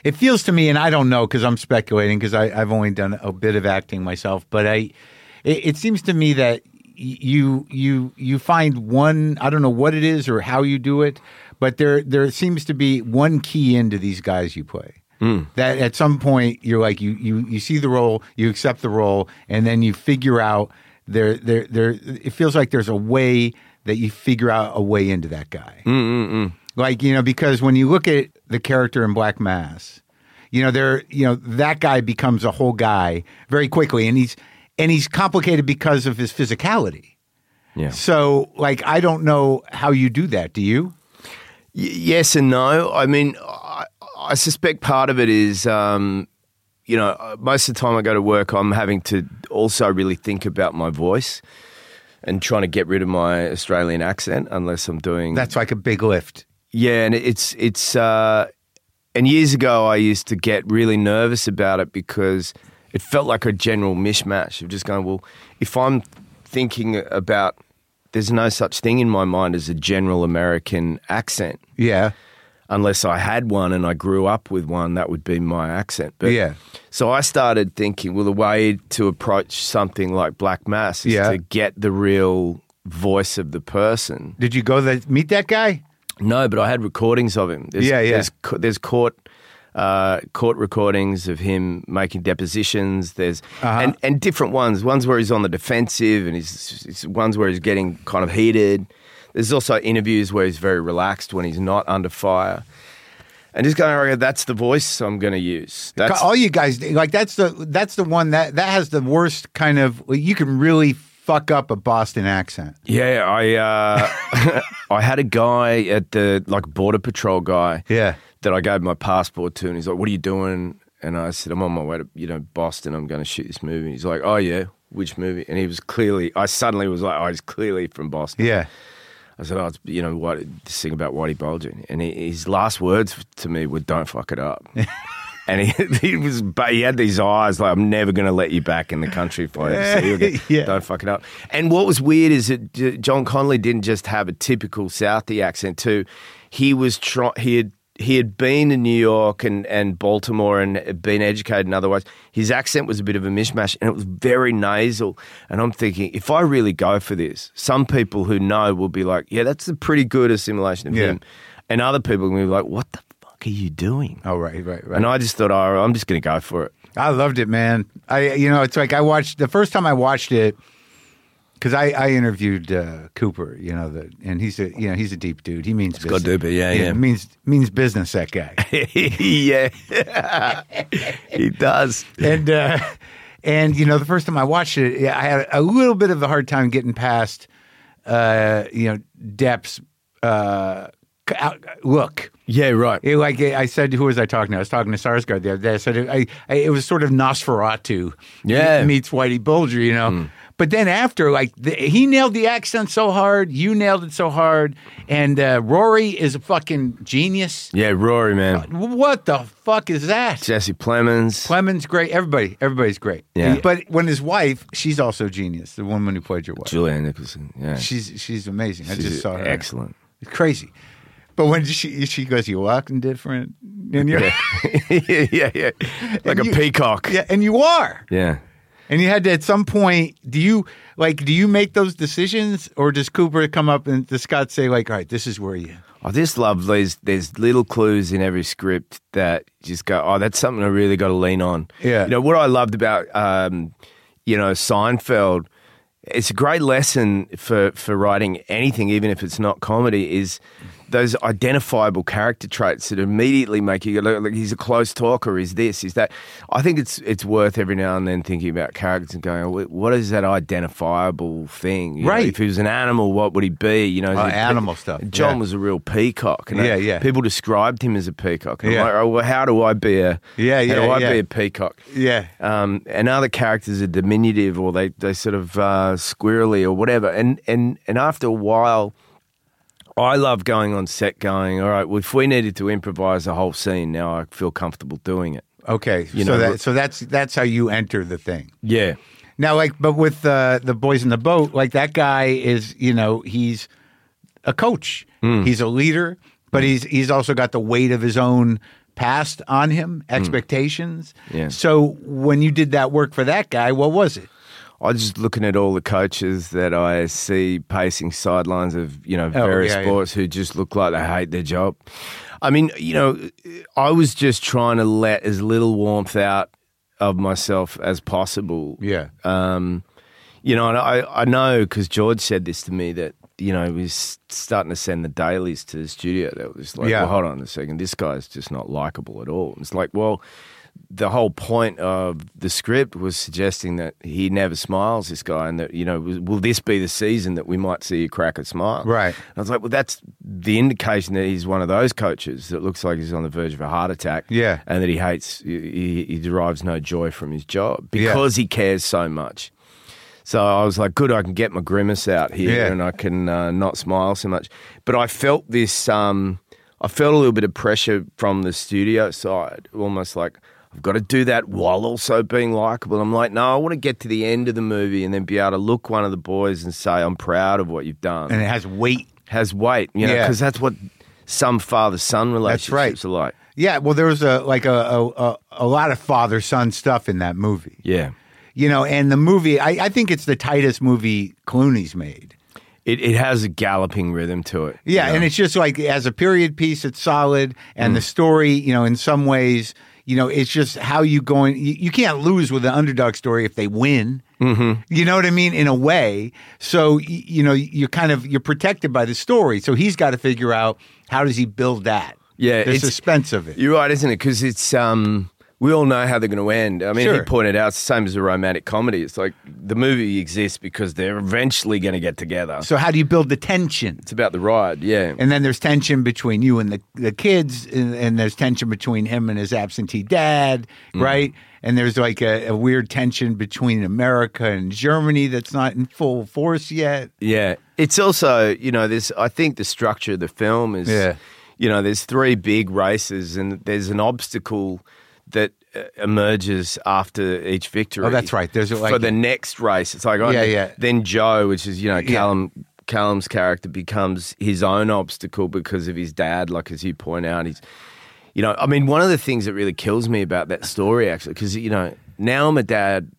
Speaker 1: it feels to me, and I don't know because I'm speculating because I've only done a bit of acting myself, but I, it, it seems to me that y- you you you find one I don't know what it is or how you do it, but there there seems to be one key into these guys you play. That at some point you're like you you you see the role, you accept the role, and then you figure out there there there. It feels like there's a way that you figure out a way into that guy. Like, you know, because when you look at the character in Black Mass, you know, there you know, that guy becomes a whole guy very quickly and he's and he's complicated because of his physicality.
Speaker 2: Yeah.
Speaker 1: So, like I don't know how you do that, do you?
Speaker 2: Y- yes and no. I mean, I, I suspect part of it is, um, you know, uh, most of the time I go to work, I'm having to also really think about my voice and trying to get rid of my Australian accent, unless I'm doing
Speaker 1: That's like a big lift.
Speaker 2: yeah, and it's it's uh, and years ago I used to get really nervous about it because it felt like a general mishmash of just going, well, if I'm thinking about there's no such thing in my mind as a general American accent
Speaker 1: Yeah.
Speaker 2: unless I had one and I grew up with one, that would be my accent. But
Speaker 1: Yeah.
Speaker 2: So I started thinking, well, the way to approach something like Black Mass is
Speaker 1: Yeah.
Speaker 2: to get the real voice of the person.
Speaker 1: Did you go that meet that guy?
Speaker 2: No, but I had recordings of him. There's,
Speaker 1: Yeah, yeah.
Speaker 2: There's, co- there's court. Uh, court recordings of him making depositions. There's
Speaker 1: Uh-huh.
Speaker 2: and, and different ones. Ones where he's on the defensive, and he's, he's ones where he's getting kind of heated. There's also interviews where he's very relaxed when he's not under fire, and just going, "Okay, that's the voice I'm going to use." That's
Speaker 1: all you guys like that's the that's the one that that has the worst kind of you can really fuck up a Boston accent.
Speaker 2: yeah. I uh, I had a guy at the like border patrol guy.
Speaker 1: Yeah.
Speaker 2: that I gave my passport to, and he's like, "What are you doing?" And I said, "I'm on my way to you know Boston. I'm going to shoot this movie." And he's like, "Oh yeah, which movie?" And he was clearly, I suddenly was like, "Oh, he's clearly from Boston."
Speaker 1: Yeah.
Speaker 2: I said, "Oh, it's, you know what? This thing about Whitey Bulger." And he, his last words to me were, "Don't fuck it up." and he, he was, but he had these eyes like, "I'm never going to let you back in the country if I ever see you again.
Speaker 1: Yeah.
Speaker 2: Don't fuck it up." And what was weird is that J- John Connolly didn't just have a typical Southie accent too. He was try- he had he had been in New York and, and Baltimore and had been educated in other ways. His accent was a bit of a mishmash and it was very nasal. And I'm thinking, if I really go for this, some people who know will be like, yeah, that's a pretty good assimilation of
Speaker 1: Yeah.
Speaker 2: him. And other people will be like, what the fuck are you doing?
Speaker 1: Oh right, right, right.
Speaker 2: And I just thought, oh, I'm just going to go for it.
Speaker 1: I loved it, man. I you know, it's like I watched the first time I watched it because I, I interviewed uh, Cooper, you know, the, and he's a you know he's a deep dude. He means
Speaker 2: got
Speaker 1: business.
Speaker 2: deeper, yeah, yeah.
Speaker 1: means means business. That guy
Speaker 2: yeah. he does.
Speaker 1: and uh, and you know the first time I watched it, yeah, I had a little bit of a hard time getting past uh, you know Depp's uh, c- out- look.
Speaker 2: Yeah, right.
Speaker 1: It, like I said, who was I talking to? I was talking to Sarsgaard the other day. I said it, I, I, it was sort of Nosferatu
Speaker 2: Yeah. Hmm.
Speaker 1: me- meets Whitey Bulger, you know. But then after, like the, he nailed the accent so hard, you nailed it so hard, and uh, Rory is a fucking genius.
Speaker 2: Yeah, Rory, man.
Speaker 1: What the fuck is that?
Speaker 2: Jesse Plemons.
Speaker 1: Clement's great. Everybody, everybody's great.
Speaker 2: Yeah.
Speaker 1: But when his wife, she's also genius. The woman who played your wife,
Speaker 2: Julianne Nicholson. Yeah.
Speaker 1: she's she's amazing. I just
Speaker 2: She's
Speaker 1: saw her.
Speaker 2: Excellent.
Speaker 1: It's crazy. But when she she goes, you're walking different, and you're.
Speaker 2: yeah, yeah, yeah. Like a
Speaker 1: you-
Speaker 2: peacock.
Speaker 1: Yeah, and you are.
Speaker 2: Yeah.
Speaker 1: And you had to at some point. Do you like? Do you make those decisions, or does Cooper come up and does Scott say like, "All right, this is where you."
Speaker 2: I just love these. There's little clues in every script that just go, oh, that's something I really got to lean on.
Speaker 1: Yeah.
Speaker 2: You know, what I loved about, um, you know, Seinfeld, it's a great lesson for, for writing anything, even if it's not comedy, is those identifiable character traits that immediately make you go, look, look, he's a close talker, is this, is that. I think it's it's worth every now and then thinking about characters and going, oh, what is that identifiable thing? You know,
Speaker 1: Right.
Speaker 2: if he was an animal, what would he be? You know,
Speaker 1: Oh,
Speaker 2: is he-
Speaker 1: animal stuff,
Speaker 2: John
Speaker 1: yeah.
Speaker 2: was a real peacock. And
Speaker 1: Yeah,
Speaker 2: I-
Speaker 1: yeah.
Speaker 2: People described him as a peacock. And
Speaker 1: Yeah.
Speaker 2: I'm like, oh, well, how do I be a?
Speaker 1: Yeah,
Speaker 2: how
Speaker 1: yeah,
Speaker 2: do I
Speaker 1: yeah.
Speaker 2: be a peacock?
Speaker 1: Yeah.
Speaker 2: Um, and other characters are diminutive or they they sort of uh, squirrely or whatever. And and and after a while, I love going on set, going, all right, well, if we needed to improvise a whole scene, now I feel comfortable doing it.
Speaker 1: Okay. so
Speaker 2: know,
Speaker 1: that so that's that's how you enter the thing.
Speaker 2: Yeah.
Speaker 1: Now, like, but with uh, the boys in the boat, like that guy is, you know, he's a coach, he's a leader, but he's he's also got the weight of his own past on him, expectations.
Speaker 2: Yeah.
Speaker 1: So when you did that work for that guy, what was it?
Speaker 2: I was just looking at all the coaches that I see pacing sidelines of you know various
Speaker 1: Oh, yeah, yeah.
Speaker 2: sports who just look like they hate their job. I mean, you know, I was just trying to let as little warmth out of myself as possible.
Speaker 1: Yeah.
Speaker 2: Um, you know, and I, I know because George said this to me that, you know, he was starting to send the dailies to the studio. That was like,
Speaker 1: Yeah.
Speaker 2: well, hold on a second. This guy's just not likable at all. And it's like, well, the whole point of the script was suggesting that he never smiles, this guy, and that, you know, will this be the season that we might see a crack at smile?
Speaker 1: Right.
Speaker 2: And I was like, well, that's the indication that he's one of those coaches that looks like he's on the verge of a heart attack.
Speaker 1: Yeah.
Speaker 2: And that he hates, he, he derives no joy from his job
Speaker 1: Yeah.
Speaker 2: because he cares so much. So I was like, good, I can get my grimace out here
Speaker 1: Yeah.
Speaker 2: and I can uh, not smile so much. But I felt this, um, I felt a little bit of pressure from the studio side, almost like, I've got to do that while also being likable. I'm like, no, I want to get to the end of the movie and then be able to look one of the boys and say, I'm proud of what you've done
Speaker 1: And it has weight.
Speaker 2: has weight, you know,
Speaker 1: Yeah.
Speaker 2: because that's what some father son relationships
Speaker 1: right.
Speaker 2: are like.
Speaker 1: Yeah. Well, there was a like a a, a, a lot of father son stuff in that movie.
Speaker 2: Yeah.
Speaker 1: You know, and the movie, I, I think it's the tightest movie Clooney's made.
Speaker 2: It, it has a galloping rhythm to it.
Speaker 1: Yeah, and it's just like as a period piece, it's solid, and the story, you know, in some ways, you know, it's just how you going. You, you can't lose with an underdog story if they win. Mm-hmm. You know what I mean? In a way, so y- you know, you're kind of you're protected by the story. So he's got to figure out how does he build that.
Speaker 2: Yeah,
Speaker 1: the
Speaker 2: it's-
Speaker 1: suspense of it.
Speaker 2: You're right, isn't it? Because it's um, we all know how they're going to end. I mean, he
Speaker 1: Sure.
Speaker 2: pointed out it's the same as a romantic comedy. It's like the movie exists because they're eventually going to get together.
Speaker 1: So how do you build the tension?
Speaker 2: It's about the ride, yeah.
Speaker 1: And then there's tension between you and the, the kids, and, and there's tension between him and his absentee dad, right? And there's like a, a weird tension between America and Germany that's not in full force yet.
Speaker 2: Yeah. It's also, you know, this I think the structure of the film is
Speaker 1: Yeah.
Speaker 2: you know, there's three big races and there's an obstacle that uh, emerges after each victory.
Speaker 1: Oh, that's right. There's, like-
Speaker 2: for the next race. It's like oh,
Speaker 1: Yeah, yeah.
Speaker 2: then Joe, which is, you know, Callum Callum's character becomes his own obstacle because of his dad, like as you point out, he's you know, I mean, one of the things that really kills me about that story actually, because you know, now I'm a dad,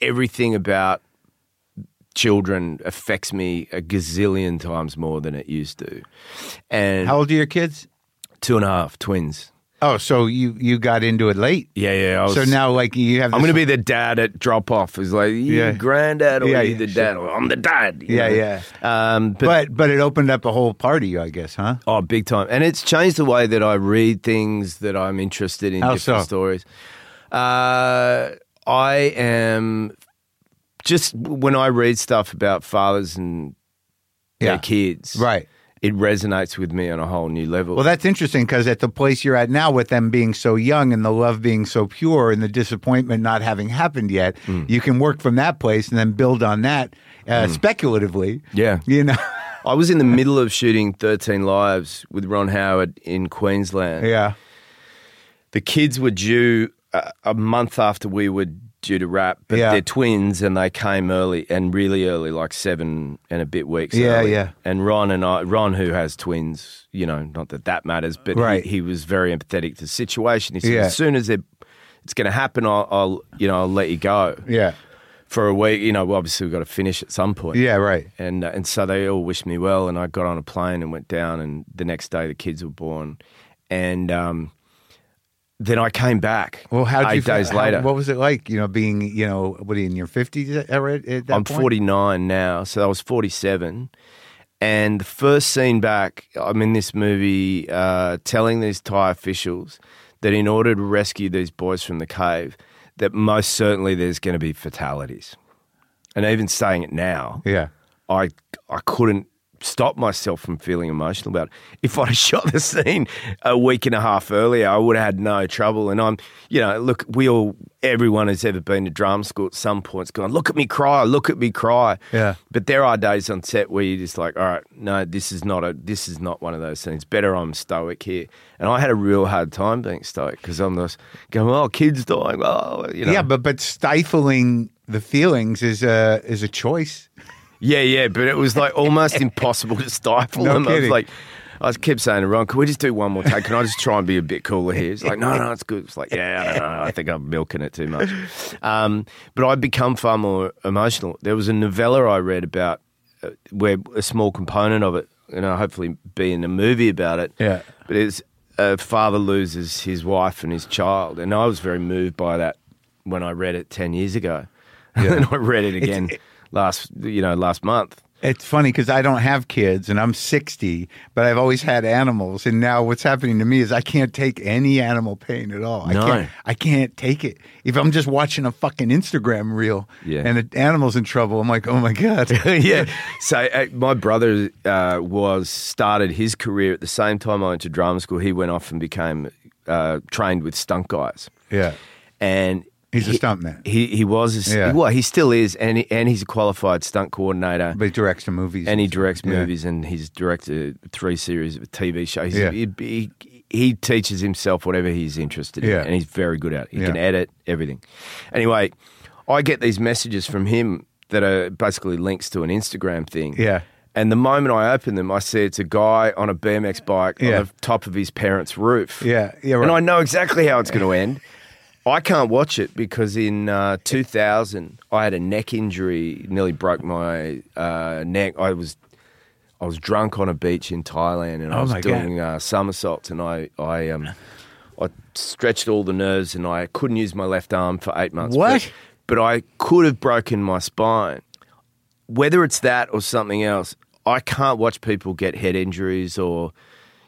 Speaker 2: everything about children affects me a gazillion times more than it used to. And
Speaker 1: How old are your kids?
Speaker 2: two and a half twins.
Speaker 1: Oh, so you you got into it late. Oh,
Speaker 2: Yeah, yeah. I was,
Speaker 1: so now like you have.
Speaker 2: I'm
Speaker 1: this-
Speaker 2: going to be the dad at drop off. Is like, you
Speaker 1: Yeah.
Speaker 2: granddad or
Speaker 1: Yeah,
Speaker 2: you
Speaker 1: yeah,
Speaker 2: the
Speaker 1: sure.
Speaker 2: dad? Or, I'm the dad. you
Speaker 1: Yeah,
Speaker 2: know?
Speaker 1: yeah.
Speaker 2: Um, but
Speaker 1: But but it opened up a whole party, I guess, huh?
Speaker 2: Oh, big time. And it's changed the way that I read things that I'm interested in
Speaker 1: How
Speaker 2: different
Speaker 1: so?
Speaker 2: stories. Uh, I am just when I read stuff about fathers and
Speaker 1: Yeah.
Speaker 2: their kids,
Speaker 1: Right.
Speaker 2: It resonates with me on a whole new level.
Speaker 1: Well, that's interesting because at the place you're at now, with them being so young and the love being so pure and the disappointment not having happened yet,
Speaker 2: Hmm.
Speaker 1: you can work from that place and then build on that uh, speculatively.
Speaker 2: yeah.
Speaker 1: You know,
Speaker 2: I was in the middle of shooting 13 Lives with Ron Howard in Queensland.
Speaker 1: yeah,
Speaker 2: the kids were due a, a month after we were due to wrap, but
Speaker 1: Yeah.
Speaker 2: they're twins and they came early and really early, like seven and a bit weeks.
Speaker 1: Yeah,
Speaker 2: early.
Speaker 1: yeah.
Speaker 2: And Ron and I, Ron who has twins, you know, not that that matters, but he-
Speaker 1: Right.
Speaker 2: he, was very empathetic to the situation. He said,
Speaker 1: Yeah.
Speaker 2: as soon as it- it's going to happen, I'll, I'll, you know, I'll let you go
Speaker 1: yeah,
Speaker 2: for a week. You know, well, obviously we've got to finish at some point
Speaker 1: yeah. Right.
Speaker 2: and uh, and so they all wished me well. And I got on a plane and went down. And the next day, the kids were born. And um, then I came back.
Speaker 1: Well, how did
Speaker 2: eight
Speaker 1: you feel-
Speaker 2: days
Speaker 1: how-
Speaker 2: later?
Speaker 1: What was it like? You know, being you know, what are you in your fifties at, at that
Speaker 2: I'm
Speaker 1: point?
Speaker 2: 49 now, so I was 47. And the first scene back, I'm in this movie uh, telling these Thai officials that in order to rescue these boys from the cave, that most certainly there's going to be fatalities. And even saying it now,
Speaker 1: Yeah.
Speaker 2: I I couldn't stop myself from feeling emotional about it. If I'd have shot the scene a week and a half earlier, I would have had no trouble. And I'm, you know, look, we all, everyone who's ever been to drama school at some point's gone, look at me cry, look at me cry.
Speaker 1: Yeah.
Speaker 2: But there are days on set where you're just like, all right, no, this is not a, this is not one of those things. Better I'm stoic here. And I had a real hard time being stoic because I'm just going, oh, kids dying, oh, you know.
Speaker 1: Yeah, but but stifling the feelings is a is a choice.
Speaker 2: Yeah, yeah, but it was like almost impossible to stifle
Speaker 1: No
Speaker 2: them. I was
Speaker 1: kidding.
Speaker 2: like, I kept saying to Ron, "Can we just do one more take? Can I just try and be a bit cooler here?" He's like, "No, no, it's good." It's like, "Yeah, I don't know. I think I'm milking it too much." Um, but I've become far more emotional. There was a novella I read about uh, where a small component of it, and I'll hopefully be in a movie about it.
Speaker 1: Yeah.
Speaker 2: but it's a father loses his wife and his child, and I was very moved by that when I read it ten years ago, and I read it again last, you know, last month.
Speaker 1: It's funny because I don't have kids and I'm 60, but I've always had animals. And now what's happening to me is I can't take any animal pain at all.
Speaker 2: No.
Speaker 1: I, can't, I can't take it. If I'm just watching a fucking Instagram reel
Speaker 2: Yeah.
Speaker 1: and an animal's in trouble, I'm like, oh my God.
Speaker 2: yeah. So uh, my brother uh, was started his career at the same time I went to drama school. He went off and became uh, trained with stunt guys,
Speaker 1: yeah.
Speaker 2: and
Speaker 1: He's a
Speaker 2: he-
Speaker 1: stunt man,
Speaker 2: He he was a,
Speaker 1: Yeah.
Speaker 2: st well he still is, and he, and he's a qualified stunt coordinator.
Speaker 1: but he directs the movies.
Speaker 2: and he directs
Speaker 1: Yeah.
Speaker 2: movies, and he's directed three series of TV shows. He's-
Speaker 1: Yeah.
Speaker 2: He, he, he teaches himself whatever he's interested in,
Speaker 1: Yeah.
Speaker 2: and he's very good at it. He can
Speaker 1: Yeah.
Speaker 2: edit everything. Anyway, I get these messages from him that are basically links to an Instagram thing.
Speaker 1: Yeah.
Speaker 2: And the moment I open them, I see it's a guy on a BMX bike
Speaker 1: Yeah.
Speaker 2: on the top of his parents' roof.
Speaker 1: Yeah, yeah,
Speaker 2: And
Speaker 1: right.
Speaker 2: I know exactly how it's going to end. I can't watch it because in uh, 2000 I had a neck injury, nearly broke my uh, neck. I was I was drunk on a beach in Thailand and I
Speaker 1: Oh
Speaker 2: was
Speaker 1: my God.
Speaker 2: doing uh, somersaults and I I um I stretched all the nerves and I couldn't use my left arm for eight months.
Speaker 1: What?
Speaker 2: But, but I could have broken my spine. Whether it's that or something else, I can't watch people get head injuries or.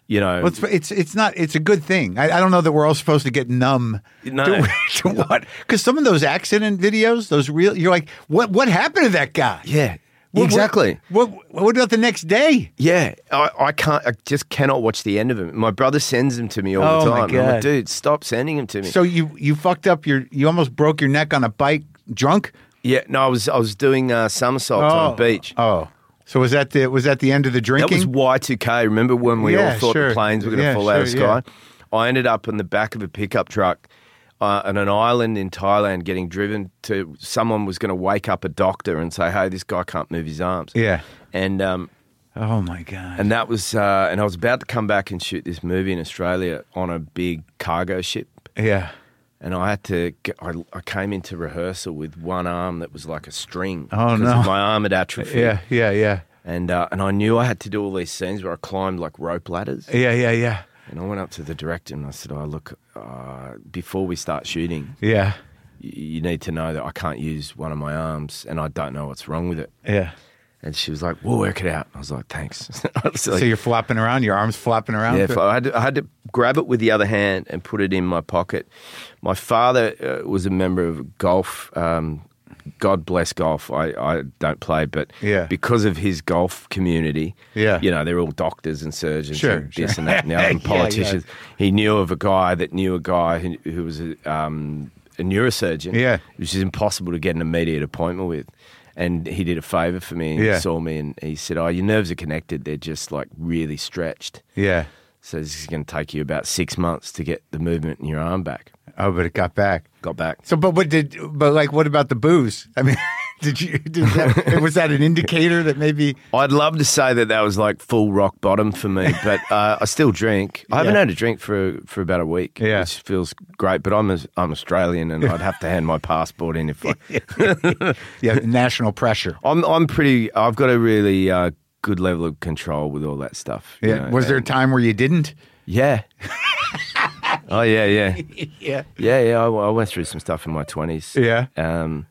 Speaker 2: you know,
Speaker 1: Well, it's, it's it's not it's a good thing. I, I don't know that we're all supposed to get numb
Speaker 2: No.
Speaker 1: to, to what because some of those accident videos, those real, you're like, what what happened to that guy?
Speaker 2: yeah,
Speaker 1: What-
Speaker 2: exactly.
Speaker 1: What, what what about the next day?
Speaker 2: Yeah, I, I can't. I just cannot watch the end of him. My brother sends them to me all
Speaker 1: Oh,
Speaker 2: the
Speaker 1: my
Speaker 2: time. I'm like,
Speaker 1: God.
Speaker 2: dude, stop sending them to me.
Speaker 1: So you you fucked up your you almost broke your neck on a bike drunk.
Speaker 2: yeah, no, I was I was doing uh, somersaults on a beach.
Speaker 1: Oh, so was that the was that the end of the
Speaker 2: That was
Speaker 1: drinking?
Speaker 2: Y two K. Remember when we
Speaker 1: Yeah,
Speaker 2: all thought
Speaker 1: sure.
Speaker 2: the planes were going to
Speaker 1: Yeah,
Speaker 2: fall out of
Speaker 1: sure, yeah.
Speaker 2: sky? I ended up in the back of a pickup truck uh, on an island in Thailand, getting driven to. Someone was going to wake up a doctor and say, "Hey, this guy can't move his arms."
Speaker 1: Yeah.
Speaker 2: and um,
Speaker 1: oh my god.
Speaker 2: and that was uh, and I was about to come back and shoot this movie in Australia on a big cargo ship.
Speaker 1: yeah.
Speaker 2: and I had to. Get, I, I came into rehearsal with one arm that was like a string.
Speaker 1: Oh,
Speaker 2: 'cause
Speaker 1: no.
Speaker 2: My arm had atrophied.
Speaker 1: Yeah. Yeah. Yeah.
Speaker 2: and uh, and I knew I had to do all these scenes where I climbed like rope ladders.
Speaker 1: Yeah. Yeah. Yeah.
Speaker 2: And I went up to the director and I said, "Oh, look, uh, before we start shooting,
Speaker 1: Yeah.
Speaker 2: you, you need to know that I can't use one of my arms, and I don't know what's wrong with it."
Speaker 1: Yeah.
Speaker 2: And she was like, "We'll work it out." I was like, "Thanks." I was
Speaker 1: so
Speaker 2: like,
Speaker 1: you're flopping around, your arms flopping around.
Speaker 2: Yeah, if I had, to, I had to grab it with the other hand and put it in my pocket. My father uh, was a member of golf. Um, God bless golf. I, I don't play, but
Speaker 1: Yeah.
Speaker 2: because of his golf community,
Speaker 1: Yeah.
Speaker 2: you know, they're all doctors and surgeons
Speaker 1: Sure,
Speaker 2: and this
Speaker 1: sure.
Speaker 2: and that now and
Speaker 1: Yeah, yeah.
Speaker 2: politicians. He knew of a guy that knew a guy who, who was a, um, a neurosurgeon,
Speaker 1: Yeah.
Speaker 2: which is impossible to get an immediate appointment with. And he did a favor for me and
Speaker 1: Yeah.
Speaker 2: saw me and he said, Oh, your nerves are connected. They're just like really stretched.
Speaker 1: yeah.
Speaker 2: So this is going to take you about six months to get the movement in your arm back.
Speaker 1: Oh, but it got back.
Speaker 2: Got back.
Speaker 1: So, but what did? But like, what about the booze? I mean, did you? Did that, was that an indicator that maybe?
Speaker 2: I'd love to say that that was like full rock bottom for me, but uh, I still drink. I haven't
Speaker 1: Yeah.
Speaker 2: had a drink for for about a week,
Speaker 1: Yeah.
Speaker 2: which feels great. But I'm a, I'm Australian, and I'd have to hand my passport in if I.
Speaker 1: Yeah, national pressure.
Speaker 2: I'm I'm pretty. I've got a really uh, good level of control with all that stuff. you
Speaker 1: Yeah.
Speaker 2: know,
Speaker 1: was there a
Speaker 2: and-
Speaker 1: time where you didn't?
Speaker 2: yeah. oh yeah, yeah,
Speaker 1: Yeah.
Speaker 2: yeah, yeah. I, I went through some stuff in my twenties.
Speaker 1: Yeah.
Speaker 2: um,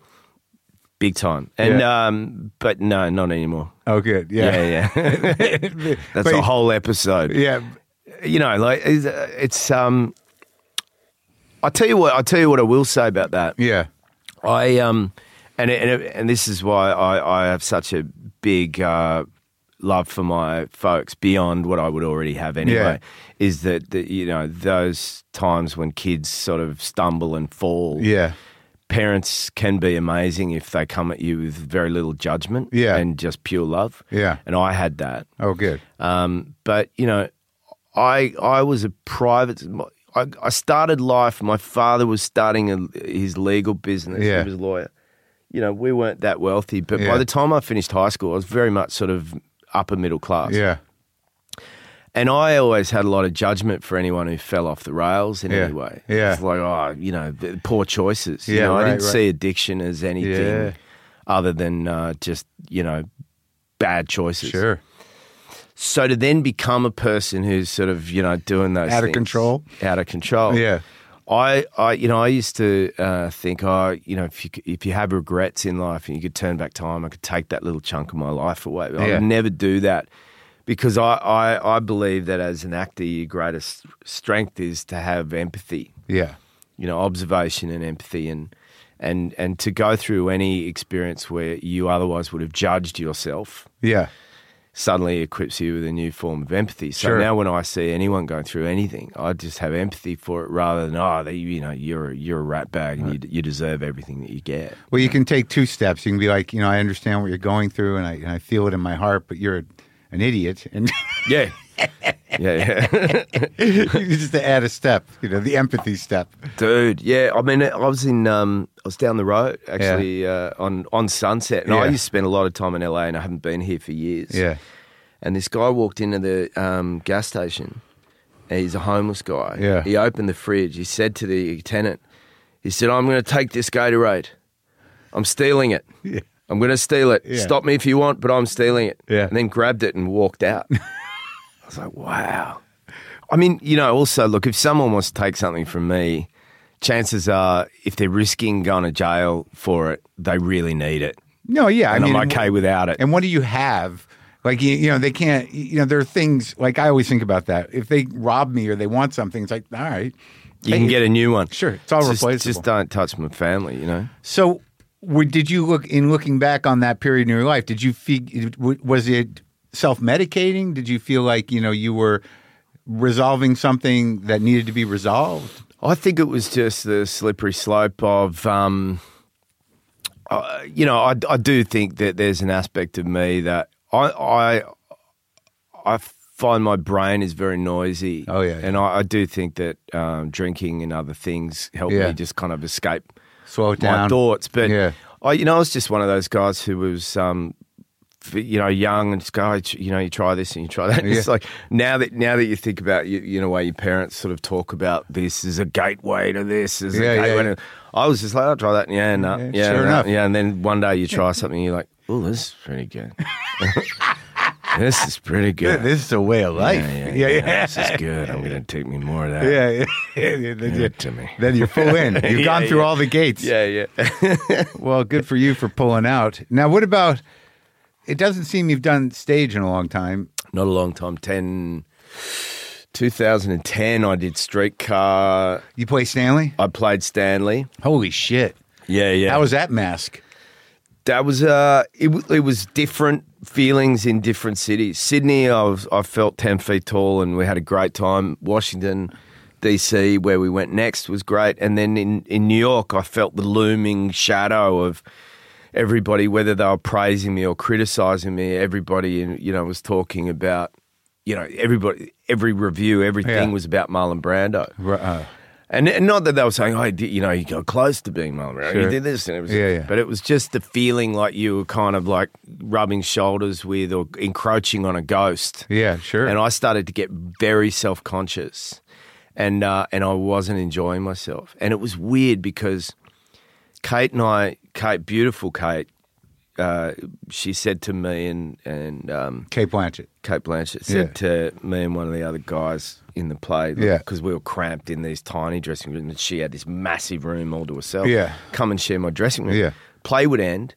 Speaker 2: big time. And
Speaker 1: Yeah.
Speaker 2: um, but no, not anymore.
Speaker 1: Oh, good. Yeah.
Speaker 2: Yeah, yeah. That's
Speaker 1: But-
Speaker 2: a whole episode.
Speaker 1: Yeah.
Speaker 2: You know, like it's, uh, it's um. I tell you what. I tell you what. I will say about that.
Speaker 1: Yeah.
Speaker 2: I um, and it- and it- and this is why I I have such a big uh, love for my folks beyond what I would already have anyway. Is that that you know those times when kids sort of stumble and fall
Speaker 1: Yeah.
Speaker 2: parents can be amazing if they come at you with very little judgment
Speaker 1: Yeah.
Speaker 2: and just pure love.
Speaker 1: Yeah.
Speaker 2: And I had that.
Speaker 1: Oh, good.
Speaker 2: Um, but, you know, I I was a private. I, I started life. My father was starting a, his legal business.
Speaker 1: Yeah.
Speaker 2: He was a lawyer. You know, we weren't that wealthy. But
Speaker 1: Yeah.
Speaker 2: by the time I finished high school, I was very much sort of upper middle class.
Speaker 1: Yeah.
Speaker 2: And I always had a lot of judgment for anyone who fell off the rails in
Speaker 1: Yeah.
Speaker 2: any way.
Speaker 1: Yeah.
Speaker 2: It's like, oh, you know, th- poor choices. you
Speaker 1: Yeah,
Speaker 2: know, I
Speaker 1: right,
Speaker 2: didn't
Speaker 1: right.
Speaker 2: see addiction as anything
Speaker 1: Yeah.
Speaker 2: other than uh, just, you know, bad choices.
Speaker 1: Sure.
Speaker 2: So to then become a person who's sort of, you know, doing those
Speaker 1: Out of
Speaker 2: things,
Speaker 1: control.
Speaker 2: Out of control.
Speaker 1: Yeah.
Speaker 2: I, I, you know, I used to uh, think, oh, you know, if you c- if you have regrets in life and you could turn back time, I could take that little chunk of my life away. But I
Speaker 1: Yeah.
Speaker 2: would never do that because I, I, I believe that as an actor, your greatest strength is to have empathy,
Speaker 1: Yeah.
Speaker 2: you know, observation and empathy, and and and to go through any experience where you otherwise would have judged yourself
Speaker 1: Yeah.
Speaker 2: suddenly equips you with a new form of empathy. So
Speaker 1: Sure.
Speaker 2: now when I see anyone going through anything, I just have empathy for it rather than oh, they, you know, you're a- you're a rat bag and you, you deserve everything that you get.
Speaker 1: Well, you can take two steps. You can be like, you know, I understand what you're going through, and I and I feel it in my heart, but you're an idiot, and
Speaker 2: Yeah. yeah, yeah.
Speaker 1: just to add a step, you know, the empathy step.
Speaker 2: Dude, yeah. I mean, I was in, um, I was down the road actually uh, on on Sunset, and I
Speaker 1: Yeah.
Speaker 2: used to spend a lot of time in LA, and I haven't been here for years.
Speaker 1: Yeah.
Speaker 2: And this guy walked into the um, gas station. And he's a homeless guy.
Speaker 1: Yeah.
Speaker 2: He opened the fridge. He said to the tenant, he said, I'm going to take this Gatorade. I'm stealing it.
Speaker 1: Yeah.
Speaker 2: I'm going to steal it.
Speaker 1: Yeah.
Speaker 2: Stop me if you want, but I'm stealing it.
Speaker 1: Yeah.
Speaker 2: And then grabbed it and walked out. I was like, wow. I mean, you know, also, look, if someone wants to take something from me, chances are if they're risking going to jail for it, they really need it.
Speaker 1: No, yeah.
Speaker 2: And
Speaker 1: I
Speaker 2: I
Speaker 1: mean,
Speaker 2: am okay without it.
Speaker 1: And what do you have Like you, you know, they can't. You know, there are things like I always think about that. If they rob me or they want something, it's like, all right,
Speaker 2: You can get a new one.
Speaker 1: Sure, it's all
Speaker 2: just,
Speaker 1: replaceable.
Speaker 2: Just don't touch my family, you know?
Speaker 1: So, were, did you look in looking back on that period in your life? Did you feel was it self medicating? Did you feel like you know you were resolving something that needed to be resolved?
Speaker 2: I think it was just the slippery slope of, um, uh, you know, I, I do think that there's an aspect of me that I I I find my brain is very noisy.
Speaker 1: Oh, yeah, yeah.
Speaker 2: and I, I do think that um, drinking and other things help
Speaker 1: Yeah.
Speaker 2: me just kind of escape
Speaker 1: Slow it
Speaker 2: my
Speaker 1: down.
Speaker 2: thoughts. But
Speaker 1: Yeah.
Speaker 2: I, you know, I was just one of those guys who was, um, f- you know, young and just go, "Oh, tr- you know, you try this and you try that. And It's
Speaker 1: Yeah.
Speaker 2: like now that now that you think about you, you know, way your parents sort of talk about this is a gateway to this is
Speaker 1: Yeah,
Speaker 2: a
Speaker 1: yeah,
Speaker 2: gateway.
Speaker 1: yeah.
Speaker 2: To, I was just like, I'll try that. And yeah, no,
Speaker 1: Yeah,
Speaker 2: yeah,
Speaker 1: sure
Speaker 2: no,
Speaker 1: enough.
Speaker 2: yeah. And then one day you try something, and you're like, oh, this is pretty good. this is pretty
Speaker 1: Yeah,
Speaker 2: good.
Speaker 1: This is a way of life.
Speaker 2: yeah,
Speaker 1: Yeah, yeah,
Speaker 2: This is good. I'm going to take me more of that.
Speaker 1: yeah. yeah, yeah. Then,
Speaker 2: Give
Speaker 1: you,
Speaker 2: it to me.
Speaker 1: then you're full in. You've
Speaker 2: Yeah,
Speaker 1: gone through
Speaker 2: yeah.
Speaker 1: all the gates.
Speaker 2: Yeah, yeah.
Speaker 1: Well, good for you for pulling out. Now, what about? It doesn't seem you've done stage in a long time.
Speaker 2: not a long time 10 2010 i did streetcar
Speaker 1: You play Stanley.
Speaker 2: i played stanley
Speaker 1: Holy shit!
Speaker 2: yeah yeah
Speaker 1: How was that mask?
Speaker 2: that was uh it, w- it was different feelings in different cities sydney I, was, I felt 10 feet tall and we had a great time washington dc where we went next was great and then in, in new york i felt the looming shadow of everybody whether they were praising me or criticizing me everybody in, you know was talking about you know everybody every review everything
Speaker 1: Yeah.
Speaker 2: was about marlon brando
Speaker 1: Ru- uh,
Speaker 2: and, and not that they were saying, oh, you did- you know, you got close to being Marlon Brando.
Speaker 1: Sure.
Speaker 2: You did this and everything.
Speaker 1: Yeah, yeah.
Speaker 2: But it was just the feeling like you were kind of like rubbing shoulders with or encroaching on a ghost.
Speaker 1: Yeah, sure.
Speaker 2: And I started to get very self conscious, and uh, and I wasn't enjoying myself. And it was weird because Kate and I, Kate, beautiful Kate, uh, she said to me and and um,
Speaker 1: Kate Blanchett.
Speaker 2: Kate Blanchett said to me and one of the other guys in the play,
Speaker 1: Yeah.
Speaker 2: because we were cramped in these tiny dressing rooms, and she had this massive room all to herself.
Speaker 1: Yeah.
Speaker 2: come and share my dressing room.
Speaker 1: Yeah.
Speaker 2: play would end,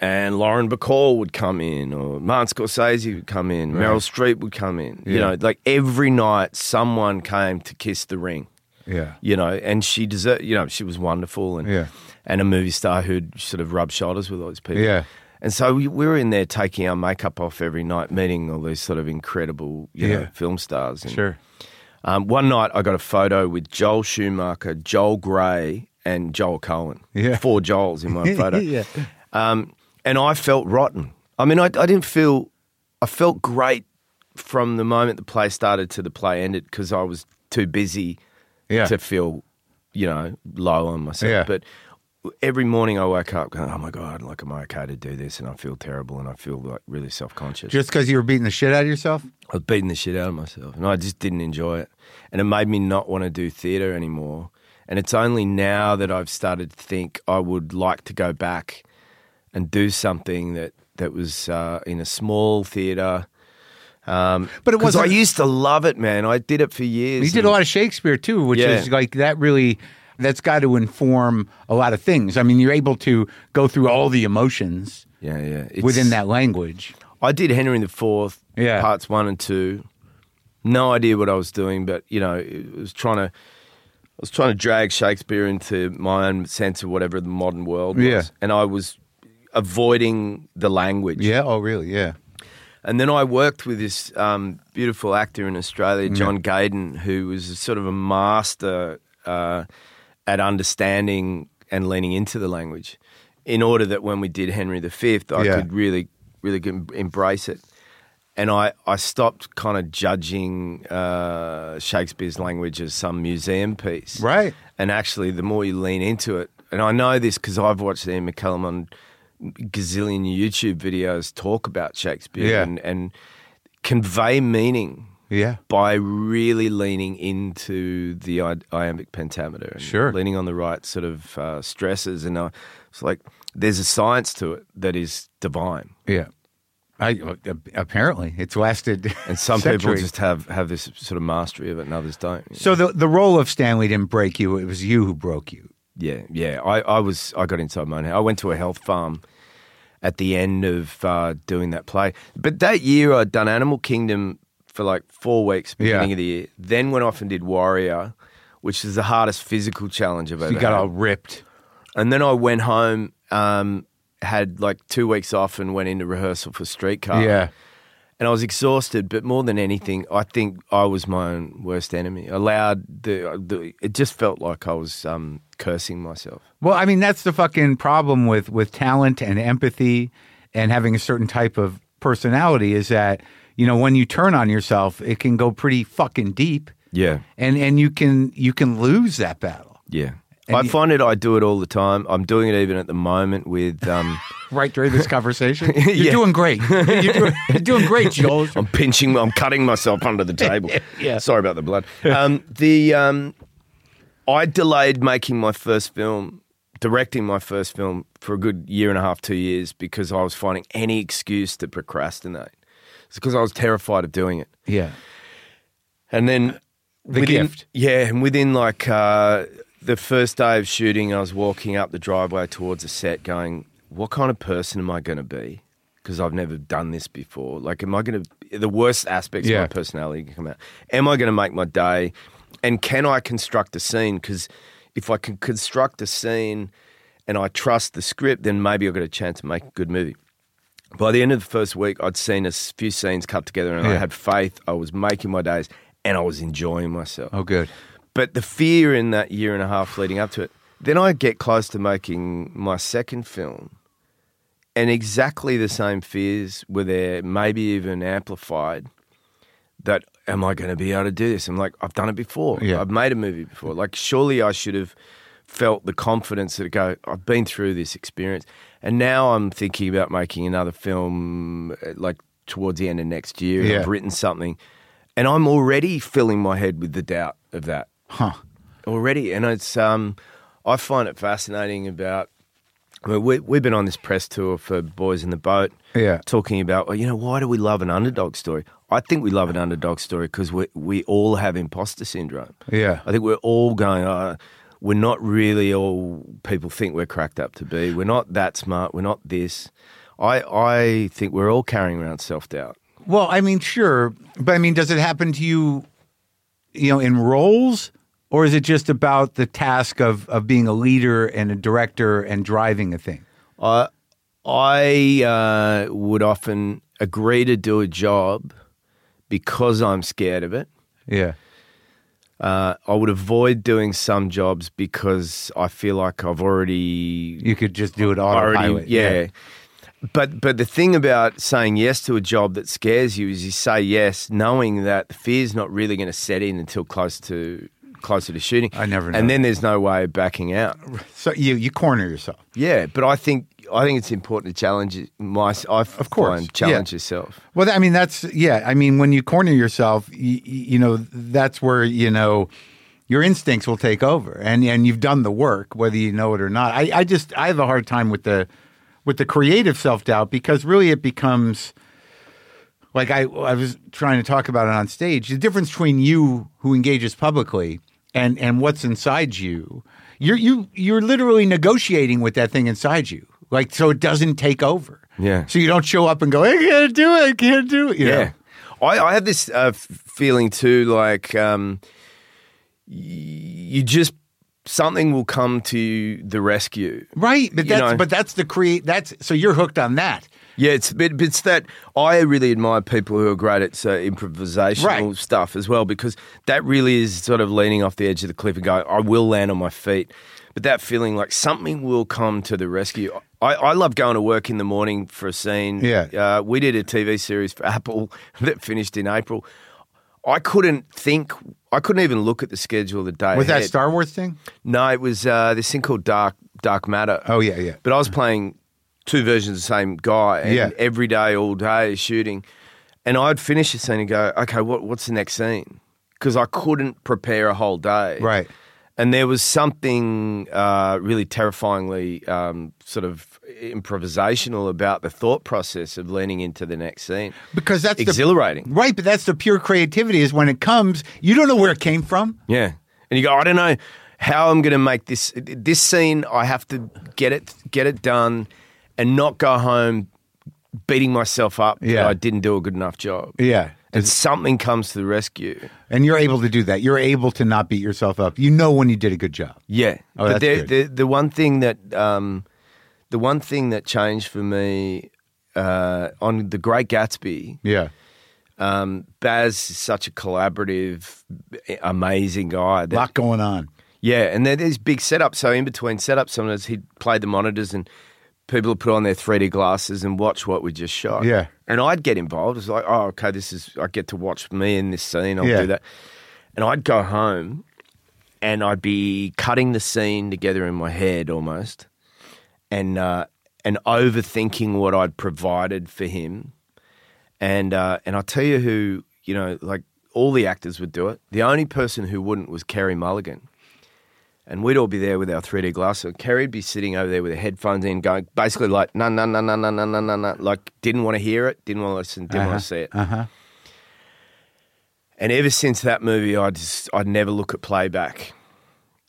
Speaker 2: and Lauren Bacall would come in, or Martin Scorsese would come in, Meryl Streep would come in. You
Speaker 1: Yeah.
Speaker 2: know, like every night, someone came to kiss the ring
Speaker 1: Yeah.
Speaker 2: you know, and she deserved, you know, she was wonderful and
Speaker 1: Yeah.
Speaker 2: and a movie star who'd sort of rubbed shoulders with all these people.
Speaker 1: Yeah.
Speaker 2: And so we, we were in there taking our makeup off every night, meeting all these sort of incredible, you
Speaker 1: Yeah.
Speaker 2: know, film stars. And,
Speaker 1: Sure.
Speaker 2: Um, one night I got a photo with Joel Schumacher, Joel Gray, and Joel Cohen.
Speaker 1: Yeah.
Speaker 2: Four Joels in one photo.
Speaker 1: Yeah.
Speaker 2: Um, and I felt rotten. I mean, I, I didn't feel, I felt great from the moment the play started to the play ended because I was too busy
Speaker 1: Yeah.
Speaker 2: to feel, you know, low on myself.
Speaker 1: Yeah.
Speaker 2: But every morning I woke up going, oh my God, like, am I okay to do this? And I feel terrible and I feel like really self conscious.
Speaker 1: Just because you were beating the shit out of yourself?
Speaker 2: I was beating the shit out of myself and I just didn't enjoy it. And it made me not want to do theatre anymore. And it's only now that I've started to think I would like to go back and do something that, that was uh, in a small theatre. Um,
Speaker 1: But it
Speaker 2: 'cause I
Speaker 1: wasn't-
Speaker 2: used to love it, man. I did it for years.
Speaker 1: You did a
Speaker 2: and-
Speaker 1: lot of Shakespeare too, which
Speaker 2: Yeah.
Speaker 1: is like that really, that's got to inform a lot of things. I mean, you're able to go through all the emotions
Speaker 2: Yeah, yeah. It's-
Speaker 1: within that language.
Speaker 2: I did Henry the Fourth,
Speaker 1: Yeah.
Speaker 2: parts one and two. No idea what I was doing, but you know, it was trying to, I was trying to drag Shakespeare into my own sense of whatever the modern world was,
Speaker 1: Yeah.
Speaker 2: and I was avoiding the language.
Speaker 1: Yeah. Oh, really? Yeah.
Speaker 2: And then I worked with this um, beautiful actor in Australia, John Gayden, who was sort of a master uh, at understanding and leaning into the language in order that when we did Henry V, I
Speaker 1: Yeah.
Speaker 2: could really, really g- embrace it. And I, I stopped kind of judging uh, Shakespeare's language as some museum piece.
Speaker 1: Right.
Speaker 2: And actually, the more you lean into it, and I know this because I've watched Ian McCallum on gazillion YouTube videos talk about Shakespeare
Speaker 1: Yeah.
Speaker 2: and, and convey meaning
Speaker 1: Yeah.
Speaker 2: by really leaning into the i- iambic pentameter and
Speaker 1: Sure.
Speaker 2: leaning on the right sort of uh, stresses. And I, it's like there's a science to it that is divine.
Speaker 1: Yeah. I, uh, apparently, it's lasted.
Speaker 2: And some people
Speaker 1: centuries.
Speaker 2: just have, have this sort of mastery of it and others don't.
Speaker 1: So the, the role of Stanley didn't break you, it was you who broke you.
Speaker 2: Yeah, yeah. I, I was I got inside my own. head. I went to a health farm, at the end of uh, doing that play. But that year, I'd done Animal Kingdom for like four weeks, beginning
Speaker 1: Yeah.
Speaker 2: of the year. Then went off and did Warrior, which is the hardest physical challenge I've ever
Speaker 1: You got
Speaker 2: had.
Speaker 1: all ripped.
Speaker 2: And then I went home, um, had like two weeks off, and went into rehearsal for Streetcar.
Speaker 1: yeah.
Speaker 2: And I was exhausted, but more than anything, I think I was my own worst enemy. Allowed the, the it just felt like I was um, cursing myself.
Speaker 1: Well, I mean, that's the fucking problem with with talent and empathy and having a certain type of personality is that, you know, when you turn on yourself, it can go pretty fucking deep.
Speaker 2: Yeah,
Speaker 1: And and you can you can lose that battle.
Speaker 2: yeah.
Speaker 1: And
Speaker 2: I
Speaker 1: you-
Speaker 2: find it. I do it all the time. I'm doing it even at the moment with. Um,
Speaker 1: Right during this conversation. You're
Speaker 2: Yeah.
Speaker 1: doing great. You're doing, you're doing great, Joel.
Speaker 2: I'm pinching. I'm cutting myself under the table.
Speaker 1: Yeah.
Speaker 2: Sorry about the blood. Um, the um, I delayed making my first film, directing my first film for a good year and a half, two years, because I was finding any excuse to procrastinate. It's because I was terrified of doing it.
Speaker 1: Yeah.
Speaker 2: And then
Speaker 1: The
Speaker 2: within,
Speaker 1: gift.
Speaker 2: Yeah, and within like uh, the first day of shooting, I was walking up the driveway towards the set, going, "What kind of person am I going to be? Because I've never done this before. Like, am I going to the worst aspects
Speaker 1: Yeah.
Speaker 2: of my personality can come out? Am I going to make my day? And can I construct a scene? Because if I can construct a scene, and I trust the script, then maybe I've got a chance to make a good movie." By the end of the first week, I'd seen a s- few scenes cut together and I
Speaker 1: Yeah.
Speaker 2: had faith. I was making my days and I was enjoying myself.
Speaker 1: Oh good.
Speaker 2: But the fear in that year and a half leading up to it, then I get close to making my second film and exactly the same fears were there, maybe even amplified that am I going to be able to do this? I'm like, I've done it before.
Speaker 1: Yeah.
Speaker 2: I've made a movie before. Like, surely I should have felt the confidence to go, I've been through this experience. And now I'm thinking about making another film uh, like towards the end of next year. and
Speaker 1: Yeah.
Speaker 2: I've written something. And I'm already filling my head with the doubt of that
Speaker 1: Huh.
Speaker 2: already. And it's, um, I find it fascinating about, I mean, we, we've been on this press tour for Boys in the Boat
Speaker 1: Yeah.
Speaker 2: talking about, well, you know, why do we love an underdog story? I think we love an underdog story because we we all have imposter syndrome.
Speaker 1: Yeah.
Speaker 2: I think we're all going. Uh, we're not really all people think we're cracked up to be. We're not that smart. We're not this. I I think we're all carrying around self doubt.
Speaker 1: Well, I mean, sure, but I mean, does it happen to you, you know, in roles, or is it just about the task of of being a leader and a director and driving a thing?
Speaker 2: I I uh, would often agree to do a job because I'm scared of it.
Speaker 1: Yeah,
Speaker 2: Uh, I would avoid doing some jobs because I feel like I've already
Speaker 1: you could just do it
Speaker 2: already-
Speaker 1: autopilot.
Speaker 2: yeah. But but the thing about saying yes to a job that scares you is you say yes knowing that the fear's not really going to set in until close to closer to shooting.
Speaker 1: I never know.
Speaker 2: And then there's no way of backing out.
Speaker 1: So you you corner yourself.
Speaker 2: Yeah, but I think I think it's important to challenge it- my I of
Speaker 1: course, yeah.
Speaker 2: challenge yourself.
Speaker 1: Well, I mean, that's yeah. I mean, when you corner yourself, you, you know, that's where you know your instincts will take over, and and you've done the work, whether you know it or not. I, I just I have a hard time with the with the creative self doubt because really it becomes like I I was trying to talk about it on stage. The difference between you who engages publicly and and what's inside you, you're you you're literally negotiating with that thing inside you, like so it doesn't take over.
Speaker 2: Yeah.
Speaker 1: So you don't show up and go, I can't do it, I can't do it. you know?
Speaker 2: Yeah. I, I have this uh, f- feeling too, like um, y- you just something will come to the rescue.
Speaker 1: Right. But
Speaker 2: You
Speaker 1: that's
Speaker 2: know.
Speaker 1: but that's the create that's so you're hooked on that.
Speaker 2: Yeah, it's but, but it's that I really admire people who are great at uh, improvisational
Speaker 1: Right.
Speaker 2: stuff as well because that really is sort of leaning off the edge of the cliff and going, I will land on my feet. But that feeling like something will come to the rescue. I, I love going to work in the morning for a scene.
Speaker 1: Yeah.
Speaker 2: Uh, we did a TV series for Apple that finished in April. I couldn't think, I couldn't even look at the schedule of the day.
Speaker 1: With that
Speaker 2: ahead.
Speaker 1: Star Wars thing?
Speaker 2: No, it was uh, this thing called Dark Dark Matter.
Speaker 1: Oh, yeah, yeah.
Speaker 2: But I was playing two versions of the same guy, and
Speaker 1: Yeah.
Speaker 2: every day, all day, shooting. And I'd finish a scene and go, "Okay, what, what's the next scene?" Because I couldn't prepare a whole day.
Speaker 1: Right.
Speaker 2: And there was something uh, really terrifyingly um, sort of improvisational about the thought process of leaning into the next scene.
Speaker 1: Because that's the
Speaker 2: Exhilarating.
Speaker 1: Right, but that's the pure creativity is when it comes, you don't know where it came from.
Speaker 2: Yeah. And you go, I don't know how I'm going to make this this scene. I have to get it get it done, and not go home beating myself up that
Speaker 1: Yeah.
Speaker 2: I didn't do a good enough job.
Speaker 1: Yeah.
Speaker 2: And something comes to the rescue.
Speaker 1: And you're able to do that. You're able to not beat yourself up. You know when you did a good job.
Speaker 2: Yeah,
Speaker 1: Oh,
Speaker 2: but
Speaker 1: that's
Speaker 2: the,
Speaker 1: good.
Speaker 2: the the one thing that um, the one thing that changed for me uh, on the Great Gatsby,
Speaker 1: Yeah.
Speaker 2: um, Baz is such a collaborative, amazing guy.
Speaker 1: A
Speaker 2: That,
Speaker 1: lot going on.
Speaker 2: yeah, and then there's big setups. So in between setups, sometimes he'd play the monitors and people would put on their 3D glasses and watch what we just shot.
Speaker 1: Yeah.
Speaker 2: and I'd get involved. It's like, oh, okay, this is I get to watch me in this scene. I'll
Speaker 1: Yeah.
Speaker 2: do that, and I'd go home. And I'd be cutting the scene together in my head almost, and uh, and overthinking what I'd provided for him, and uh, and I'll tell you who you know like all the actors would do it. The only person who wouldn't was Kerry Mulligan, and we'd all be there with our 3D glasses. And Kerry'd be sitting over there with her headphones in, going basically like no no no no no no no no no, like didn't want to hear it, didn't want to listen, didn't want to see it.
Speaker 1: Uh-huh.
Speaker 2: And ever since that movie, I just I never look at playback.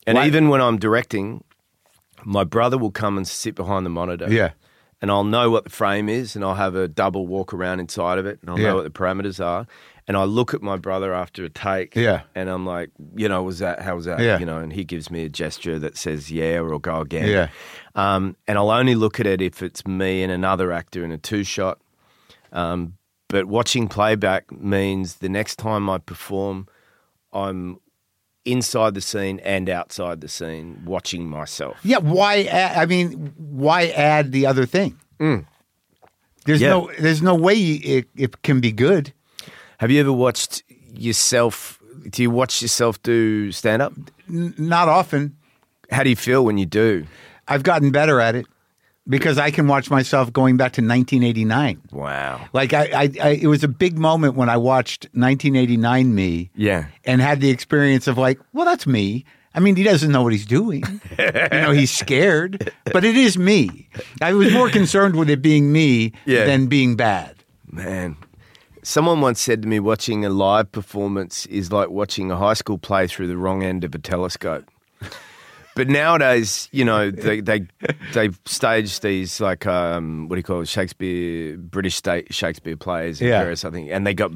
Speaker 2: And
Speaker 1: Why-
Speaker 2: even when I'm directing, my brother will come and sit behind the monitor.
Speaker 1: Yeah.
Speaker 2: And I'll know what the frame is, and I'll have a double walk around inside of it, and I'll
Speaker 1: Yeah.
Speaker 2: know what the parameters are. And I look at my brother after a take,
Speaker 1: Yeah.
Speaker 2: and I'm like, you know, was that? How was that?
Speaker 1: Yeah.
Speaker 2: You know, and he gives me a gesture that says yeah or go again.
Speaker 1: Yeah.
Speaker 2: Um, and I'll only look at it if it's me and another actor in a two shot. Um, but watching playback means the next time I perform, I'm inside the scene and outside the scene watching myself.
Speaker 1: Yeah. Why? Add, I mean, why add the other thing? There's
Speaker 2: Yeah.
Speaker 1: no. There's no way you, it, it can be good.
Speaker 2: Have you ever watched yourself? Do you watch yourself do stand up?
Speaker 1: N- not often.
Speaker 2: How do you feel when you do?
Speaker 1: I've gotten better at it because I can watch myself going back to 1989.
Speaker 2: Wow.
Speaker 1: Like I, I, I it was a big moment when I watched 1989 me.
Speaker 2: Yeah.
Speaker 1: and had the experience of like, well, that's me. I mean, he doesn't know what he's doing. you know, he's scared, but it is me. I was more concerned with it being me
Speaker 2: Yeah.
Speaker 1: than being bad.
Speaker 2: Man. Someone once said to me, watching a live performance is like watching a high school play through the wrong end of a telescope. But nowadays, you know, they they they've staged these like um, what do you call it, Shakespeare British state Shakespeare plays and
Speaker 1: Yeah.
Speaker 2: various other things, and they got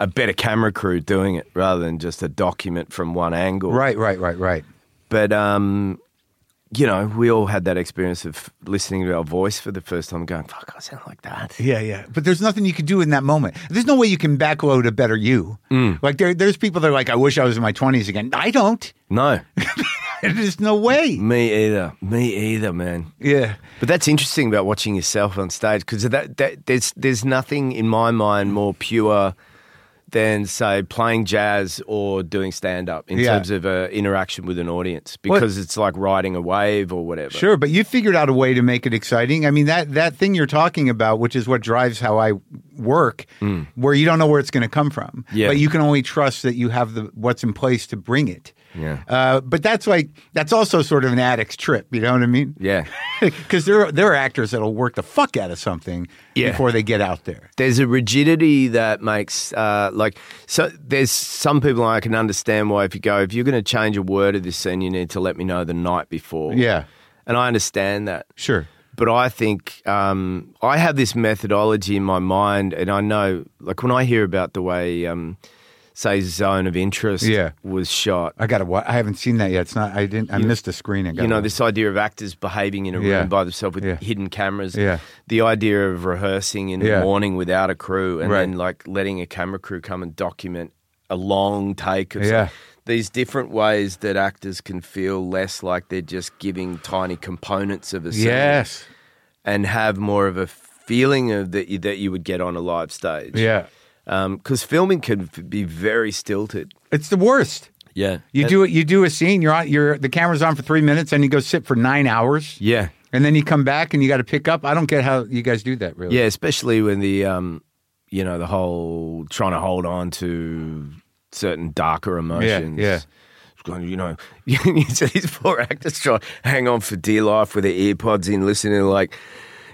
Speaker 2: a better camera crew doing it rather than just a document from one angle.
Speaker 1: Right, right, right, right.
Speaker 2: But um, you know, we all had that experience of listening to our voice for the first time, and going, "Fuck, I sound like that."
Speaker 1: Yeah, yeah. But there's nothing you can do in that moment. There's no way you can backload a better you. Like there, there's people that are like, I wish I was in my 20s again. I don't.
Speaker 2: No,
Speaker 1: there's no way.
Speaker 2: me either. Me either, man.
Speaker 1: Yeah.
Speaker 2: But that's interesting about watching yourself on stage because that, that there's there's nothing in my mind more pure than say playing jazz or doing stand up in
Speaker 1: Yeah.
Speaker 2: terms of uh, interaction with an audience because it's like riding a wave or whatever.
Speaker 1: Sure, but you figured out a way to make it exciting. I mean that that thing you're talking about, which is what drives how I work, where you don't know where it's going to come from,
Speaker 2: Hmm. Yeah.
Speaker 1: but you can only trust that you have the what's in place to bring it.
Speaker 2: Yeah.
Speaker 1: Uh, but that's like that's also sort of an addict's trip. You know what I mean?
Speaker 2: Yeah.
Speaker 1: Because there there are actors that'll work the fuck out of something
Speaker 2: Yeah.
Speaker 1: before they get out there.
Speaker 2: There's a rigidity that makes uh, like so. There's some people I can understand why if you go if you're going to change a word of this scene, you need to let me know the night before.
Speaker 1: Yeah.
Speaker 2: and I understand that.
Speaker 1: Sure.
Speaker 2: But I think um, I have this methodology in my mind, and I know, like, when I hear about the way, um, say, Zone of Interest
Speaker 1: Yeah.
Speaker 2: was shot,
Speaker 1: I gotta. wa- I haven't seen that yet. It's not. I didn't. I missed a screening.
Speaker 2: you know, this idea of actors behaving in a room
Speaker 1: Yeah.
Speaker 2: by themselves with
Speaker 1: Yeah.
Speaker 2: hidden cameras,
Speaker 1: Yeah.
Speaker 2: the idea of rehearsing in
Speaker 1: Yeah.
Speaker 2: the morning without a crew, and
Speaker 1: Right.
Speaker 2: then, like, letting a camera crew come and document a long take of
Speaker 1: Yeah.
Speaker 2: these different ways that actors can feel less like they're just giving tiny components of a scene.
Speaker 1: Yes.
Speaker 2: and have more of a feeling of that you, that you would get on a live stage.
Speaker 1: Yeah.
Speaker 2: because filming can f- be very stilted.
Speaker 1: It's the worst.
Speaker 2: Yeah,
Speaker 1: You do it. You do a scene. You're on. You're the camera's on for three minutes, and you go sit for nine hours.
Speaker 2: Yeah,
Speaker 1: and then you come back and you got to pick up. I don't get how you guys do that. Really.
Speaker 2: yeah, especially when the um, you know, the whole trying to hold on to certain darker emotions.
Speaker 1: yeah.
Speaker 2: You know, you see these poor actors trying to hang on for dear life with their earpods in, listening to like,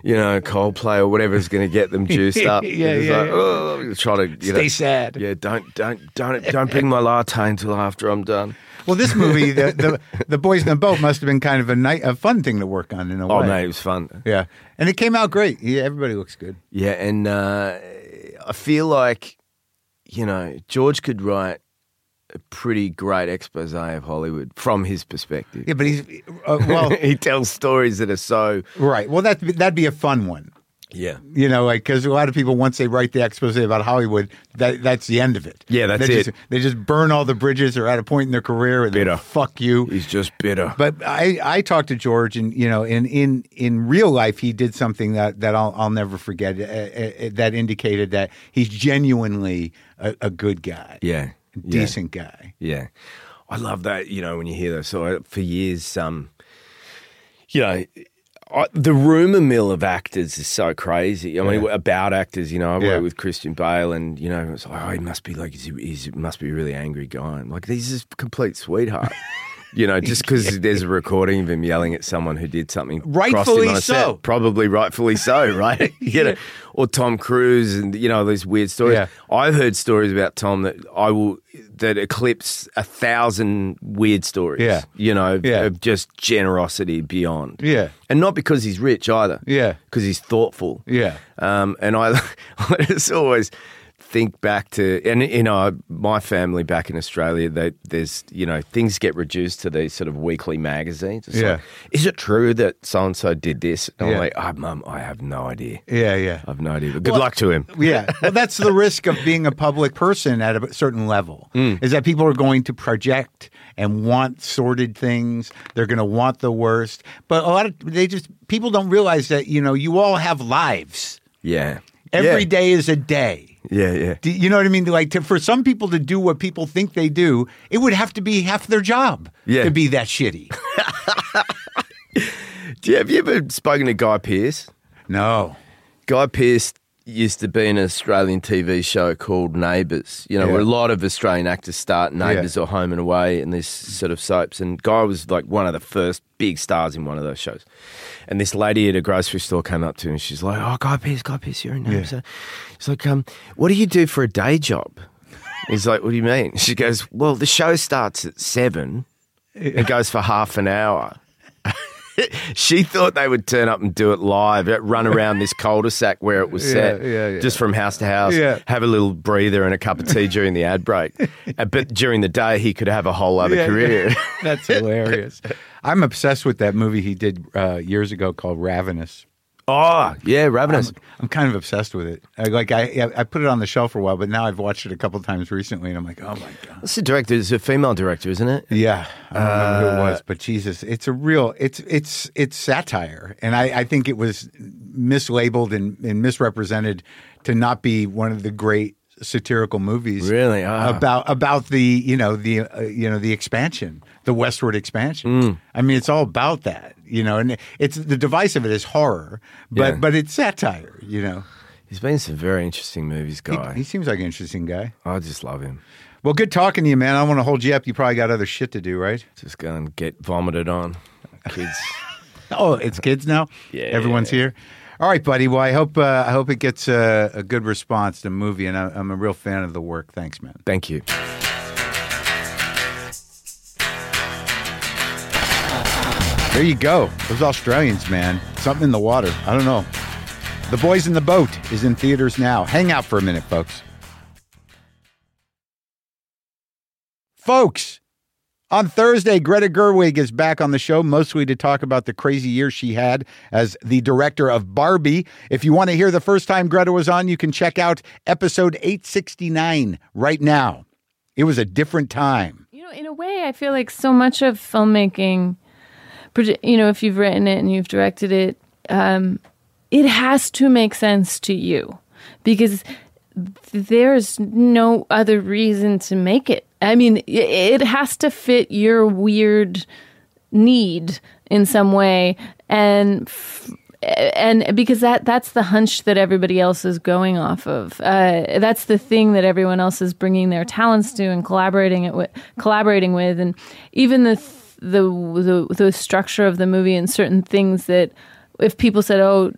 Speaker 2: you know, Coldplay or whatever is going to get them juiced up.
Speaker 1: Yeah,
Speaker 2: It's
Speaker 1: yeah,
Speaker 2: like,
Speaker 1: yeah.
Speaker 2: "Oh," try to you know,
Speaker 1: Stay sad.
Speaker 2: Yeah, don't don't don't don't bring my latte until after I'm done.
Speaker 1: Well, this movie, the, the the boys in the boat, must have been kind of a night, a fun thing to work on in a
Speaker 2: Oh,
Speaker 1: way.
Speaker 2: mate, it was fun.
Speaker 1: Yeah, and it came out great. Yeah, everybody looks good.
Speaker 2: Yeah, and uh, I feel like, you know, George could write a pretty great expose of Hollywood from his perspective.
Speaker 1: Yeah, but he's uh, well,
Speaker 2: he tells stories that are so.
Speaker 1: right. Well, that that'd be a fun one.
Speaker 2: Yeah.
Speaker 1: You know, like because a lot of people once they write the expose about Hollywood, that that's the end of it.
Speaker 2: Yeah, that's
Speaker 1: they just,
Speaker 2: it.
Speaker 1: They just burn all the bridges. They're at a point in their career and
Speaker 2: Bitter.
Speaker 1: they fuck you.
Speaker 2: He's just bitter.
Speaker 1: But I, I talked to George, and you know, in in in real life, he did something that that I'll I'll never forget. Uh, uh, uh, that indicated that he's genuinely a, a good guy,
Speaker 2: yeah. yeah.
Speaker 1: decent guy.
Speaker 2: Yeah. I love that, you know, when you hear those. So I, for years, um, you know, I, the rumor mill of actors is so crazy. I mean, about actors, you know, I
Speaker 1: Yeah.
Speaker 2: work with Christian Bale and, you know, it's like, oh, he must be like, he's, he's, he must be a really angry guy. I'm like, he's a complete sweetheart. You know, just because there's a recording of him yelling at someone who did something, crossed him
Speaker 1: Rightfully
Speaker 2: on a set.
Speaker 1: so.
Speaker 2: probably rightfully so, right? you know, or Tom Cruise, and you know these weird stories.
Speaker 1: Yeah.
Speaker 2: I've heard stories about Tom that I will that eclipse a thousand weird stories.
Speaker 1: Yeah.
Speaker 2: you know,
Speaker 1: Yeah.
Speaker 2: of just generosity beyond.
Speaker 1: Yeah.
Speaker 2: and not because he's rich either.
Speaker 1: Yeah.
Speaker 2: because he's thoughtful.
Speaker 1: Yeah.
Speaker 2: um, and I, I just always think back to and you know my family back in Australia. They there's you know things get reduced to these sort of weekly magazines. It's
Speaker 1: Yeah.
Speaker 2: like, is it true that so and so did this? And
Speaker 1: Yeah.
Speaker 2: I'm like, oh, mum, I have no idea.
Speaker 1: Yeah, yeah.
Speaker 2: I've no idea. But good luck to him.
Speaker 1: yeah. Well, that's the risk of being a public person at a certain level is that people are going to project and want sordid things. They're going to want the worst. But a lot of they just people don't realize that you know you all have lives.
Speaker 2: Yeah.
Speaker 1: Every day is a day.
Speaker 2: Yeah, yeah.
Speaker 1: Do you know what I mean? Like to, for some people to do what people think they do, it would have to be half their job
Speaker 2: Yeah.
Speaker 1: to be that shitty.
Speaker 2: Do you, have you ever spoken to Guy Pearce?
Speaker 1: No.
Speaker 2: Guy Pearce used to be in an Australian TV show called Neighbours. You know,
Speaker 1: Yeah.
Speaker 2: where a lot of Australian actors start Neighbours or Home and Away and this sort of soaps. And Guy was like one of the first big stars in one of those shows. And this lady at a grocery store came up to him and she's like, "Oh, Guy Pearce, Guy Pearce, you're in Neighbours." He's like, "Um, what do you do for a day job?" He's like, "What do you mean?" She goes, "Well, the show starts at seven. It goes for half an hour." she thought they would turn up and do it live, uh, run around this cul-de-sac where it was set,
Speaker 1: yeah, yeah.
Speaker 2: just from house to house,
Speaker 1: Yeah.
Speaker 2: have a little breather and a cup of tea during the ad break. Uh, but during the day, he could have a whole other
Speaker 1: Yeah,
Speaker 2: career.
Speaker 1: That's hilarious. I'm obsessed with that movie he did uh, years ago called Ravenous.
Speaker 2: oh, yeah, ravenous.
Speaker 1: I'm kind of obsessed with it. I, like I, yeah, I put it on the shelf for a while, but now I've watched it a couple times recently, and I'm like, oh my god.
Speaker 2: That's the director. It's a female director, isn't it?
Speaker 1: Yeah, I don't remember
Speaker 2: Uh,
Speaker 1: who it was, but Jesus, it's a real, it's it's it's satire, and I, I think it was mislabeled and, and misrepresented to not be one of the great satirical movies.
Speaker 2: Really? Ah.
Speaker 1: about about the you know the uh, you know the expansion, the westward expansion.
Speaker 2: Hmm.
Speaker 1: I mean, it's all about that, you know, and it's the device of it is horror, but
Speaker 2: Yeah.
Speaker 1: but it's satire, you know.
Speaker 2: He's been in some very interesting movies,
Speaker 1: He-
Speaker 2: guy.
Speaker 1: He, seems like an interesting guy.
Speaker 2: I just love him.
Speaker 1: Well, good talking to you, man. I don't want to hold you up. You probably got other shit to do, right?
Speaker 2: Just go and get vomited on, kids.
Speaker 1: Oh, it's kids now.
Speaker 2: Yeah.
Speaker 1: everyone's here. All right, buddy. Well, I hope uh, I hope it gets uh, a, a good response to the movie, and I, I'm a real fan of the work. Thanks, man.
Speaker 2: Thank you.
Speaker 1: There you go. Those Australians, man. Something in the water. I don't know. The Boys in the Boat is in theaters now. Hang out for a minute, folks. Folks, on Thursday, Greta Gerwig is back on the show, mostly to talk about the crazy year she had as the director of Barbie. If you want to hear the first time Greta was on, you can check out episode 869 right now. It was a different time.
Speaker 3: You know, in a way, I feel like so much of filmmaking, proje- you know, if you've written it and you've directed it, um, it has to make sense to you because th- there's no other reason to make it. I mean, i- it has to fit your weird need in some way, and f- and because that that's the hunch that everybody else is going off of. Uh, that's the thing that everyone else is bringing their talents to and collaborating it with, collaborating with, and even the th- the the the structure of the movie and certain things that if people said, "Oh,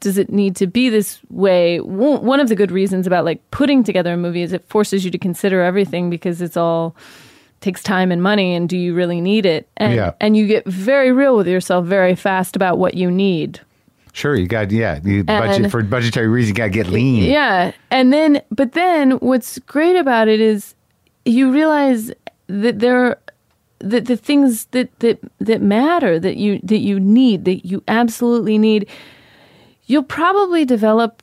Speaker 3: does it need to be this way one one of the good reasons about like putting together a movie is it forces you to consider everything because it's all takes time and money and do you really need it and
Speaker 1: Yeah.
Speaker 3: and you get very real with yourself very fast about what you need
Speaker 1: Sure, you got yeah. You budget
Speaker 3: And-
Speaker 1: for budgetary reasons, you got to get lean.
Speaker 3: yeah and then but then what's great about it is you realize that there are that the things that that that matter that you that you need that you absolutely need you'll probably develop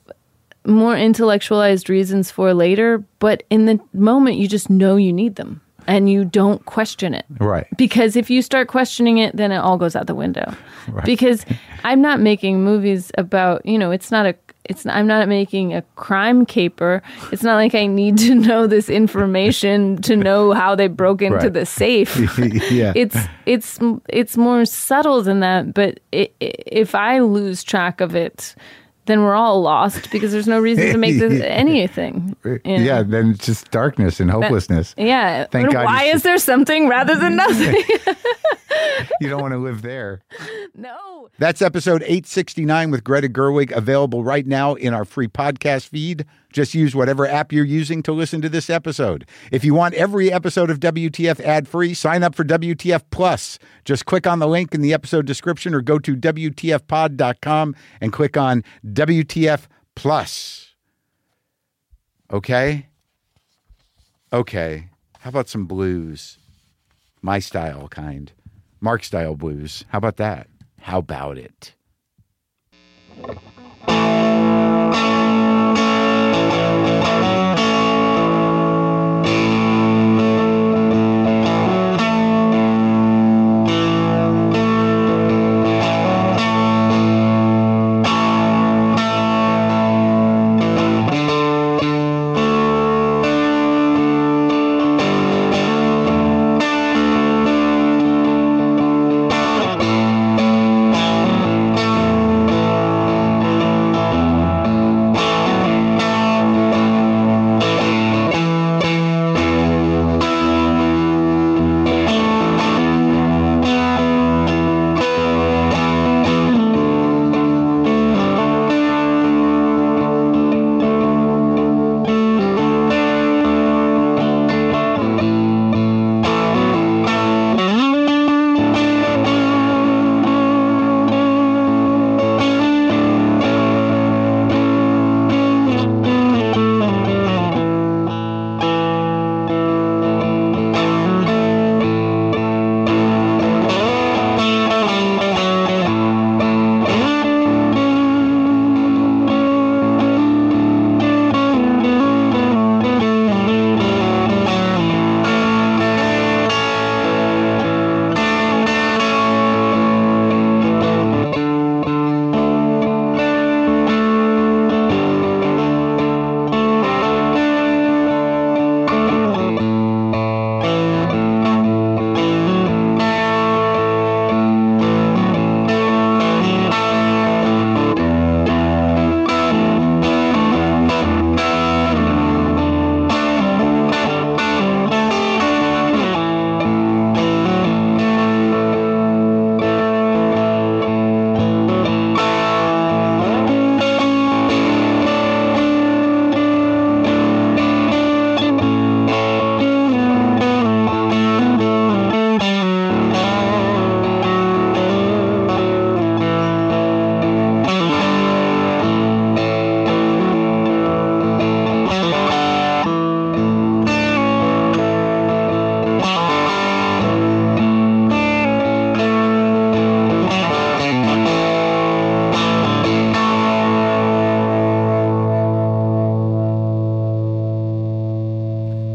Speaker 3: more intellectualized reasons for later but in the moment you just know you need them and you don't question it
Speaker 1: Right.
Speaker 3: because if you start questioning it then it all goes out the window because i'm not making movies about you know it's not a it's i'm not making a crime caper it's not like i need to know this information to know how they broke into
Speaker 1: Right.
Speaker 3: the safe
Speaker 1: yeah.
Speaker 3: it's it's it's more subtle than that but i i if i lose track of it then we're all lost because there's no reason to make this anything you know?
Speaker 1: yeah. Then it's just darkness and hopelessness.
Speaker 3: yeah
Speaker 1: Thank God you
Speaker 3: why
Speaker 1: s-
Speaker 3: is there something rather than nothing
Speaker 1: you don't want to live there.
Speaker 3: no
Speaker 1: That's episode 869 with Greta Gerwig, available right now in our free podcast feed. Just use whatever app you're using to listen to this episode. If you want every episode of WTF ad free, sign up for WTF Plus. Just click on the link in the episode description or go to WTFpod.com and click on WTF Plus. Okay? Okay. How about some blues? my style kind, Mark style blues. How about that? How about it?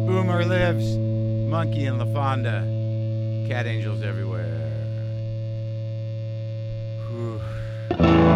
Speaker 1: Boomer lives, monkey in La Fonda, cat angels everywhere. Whew.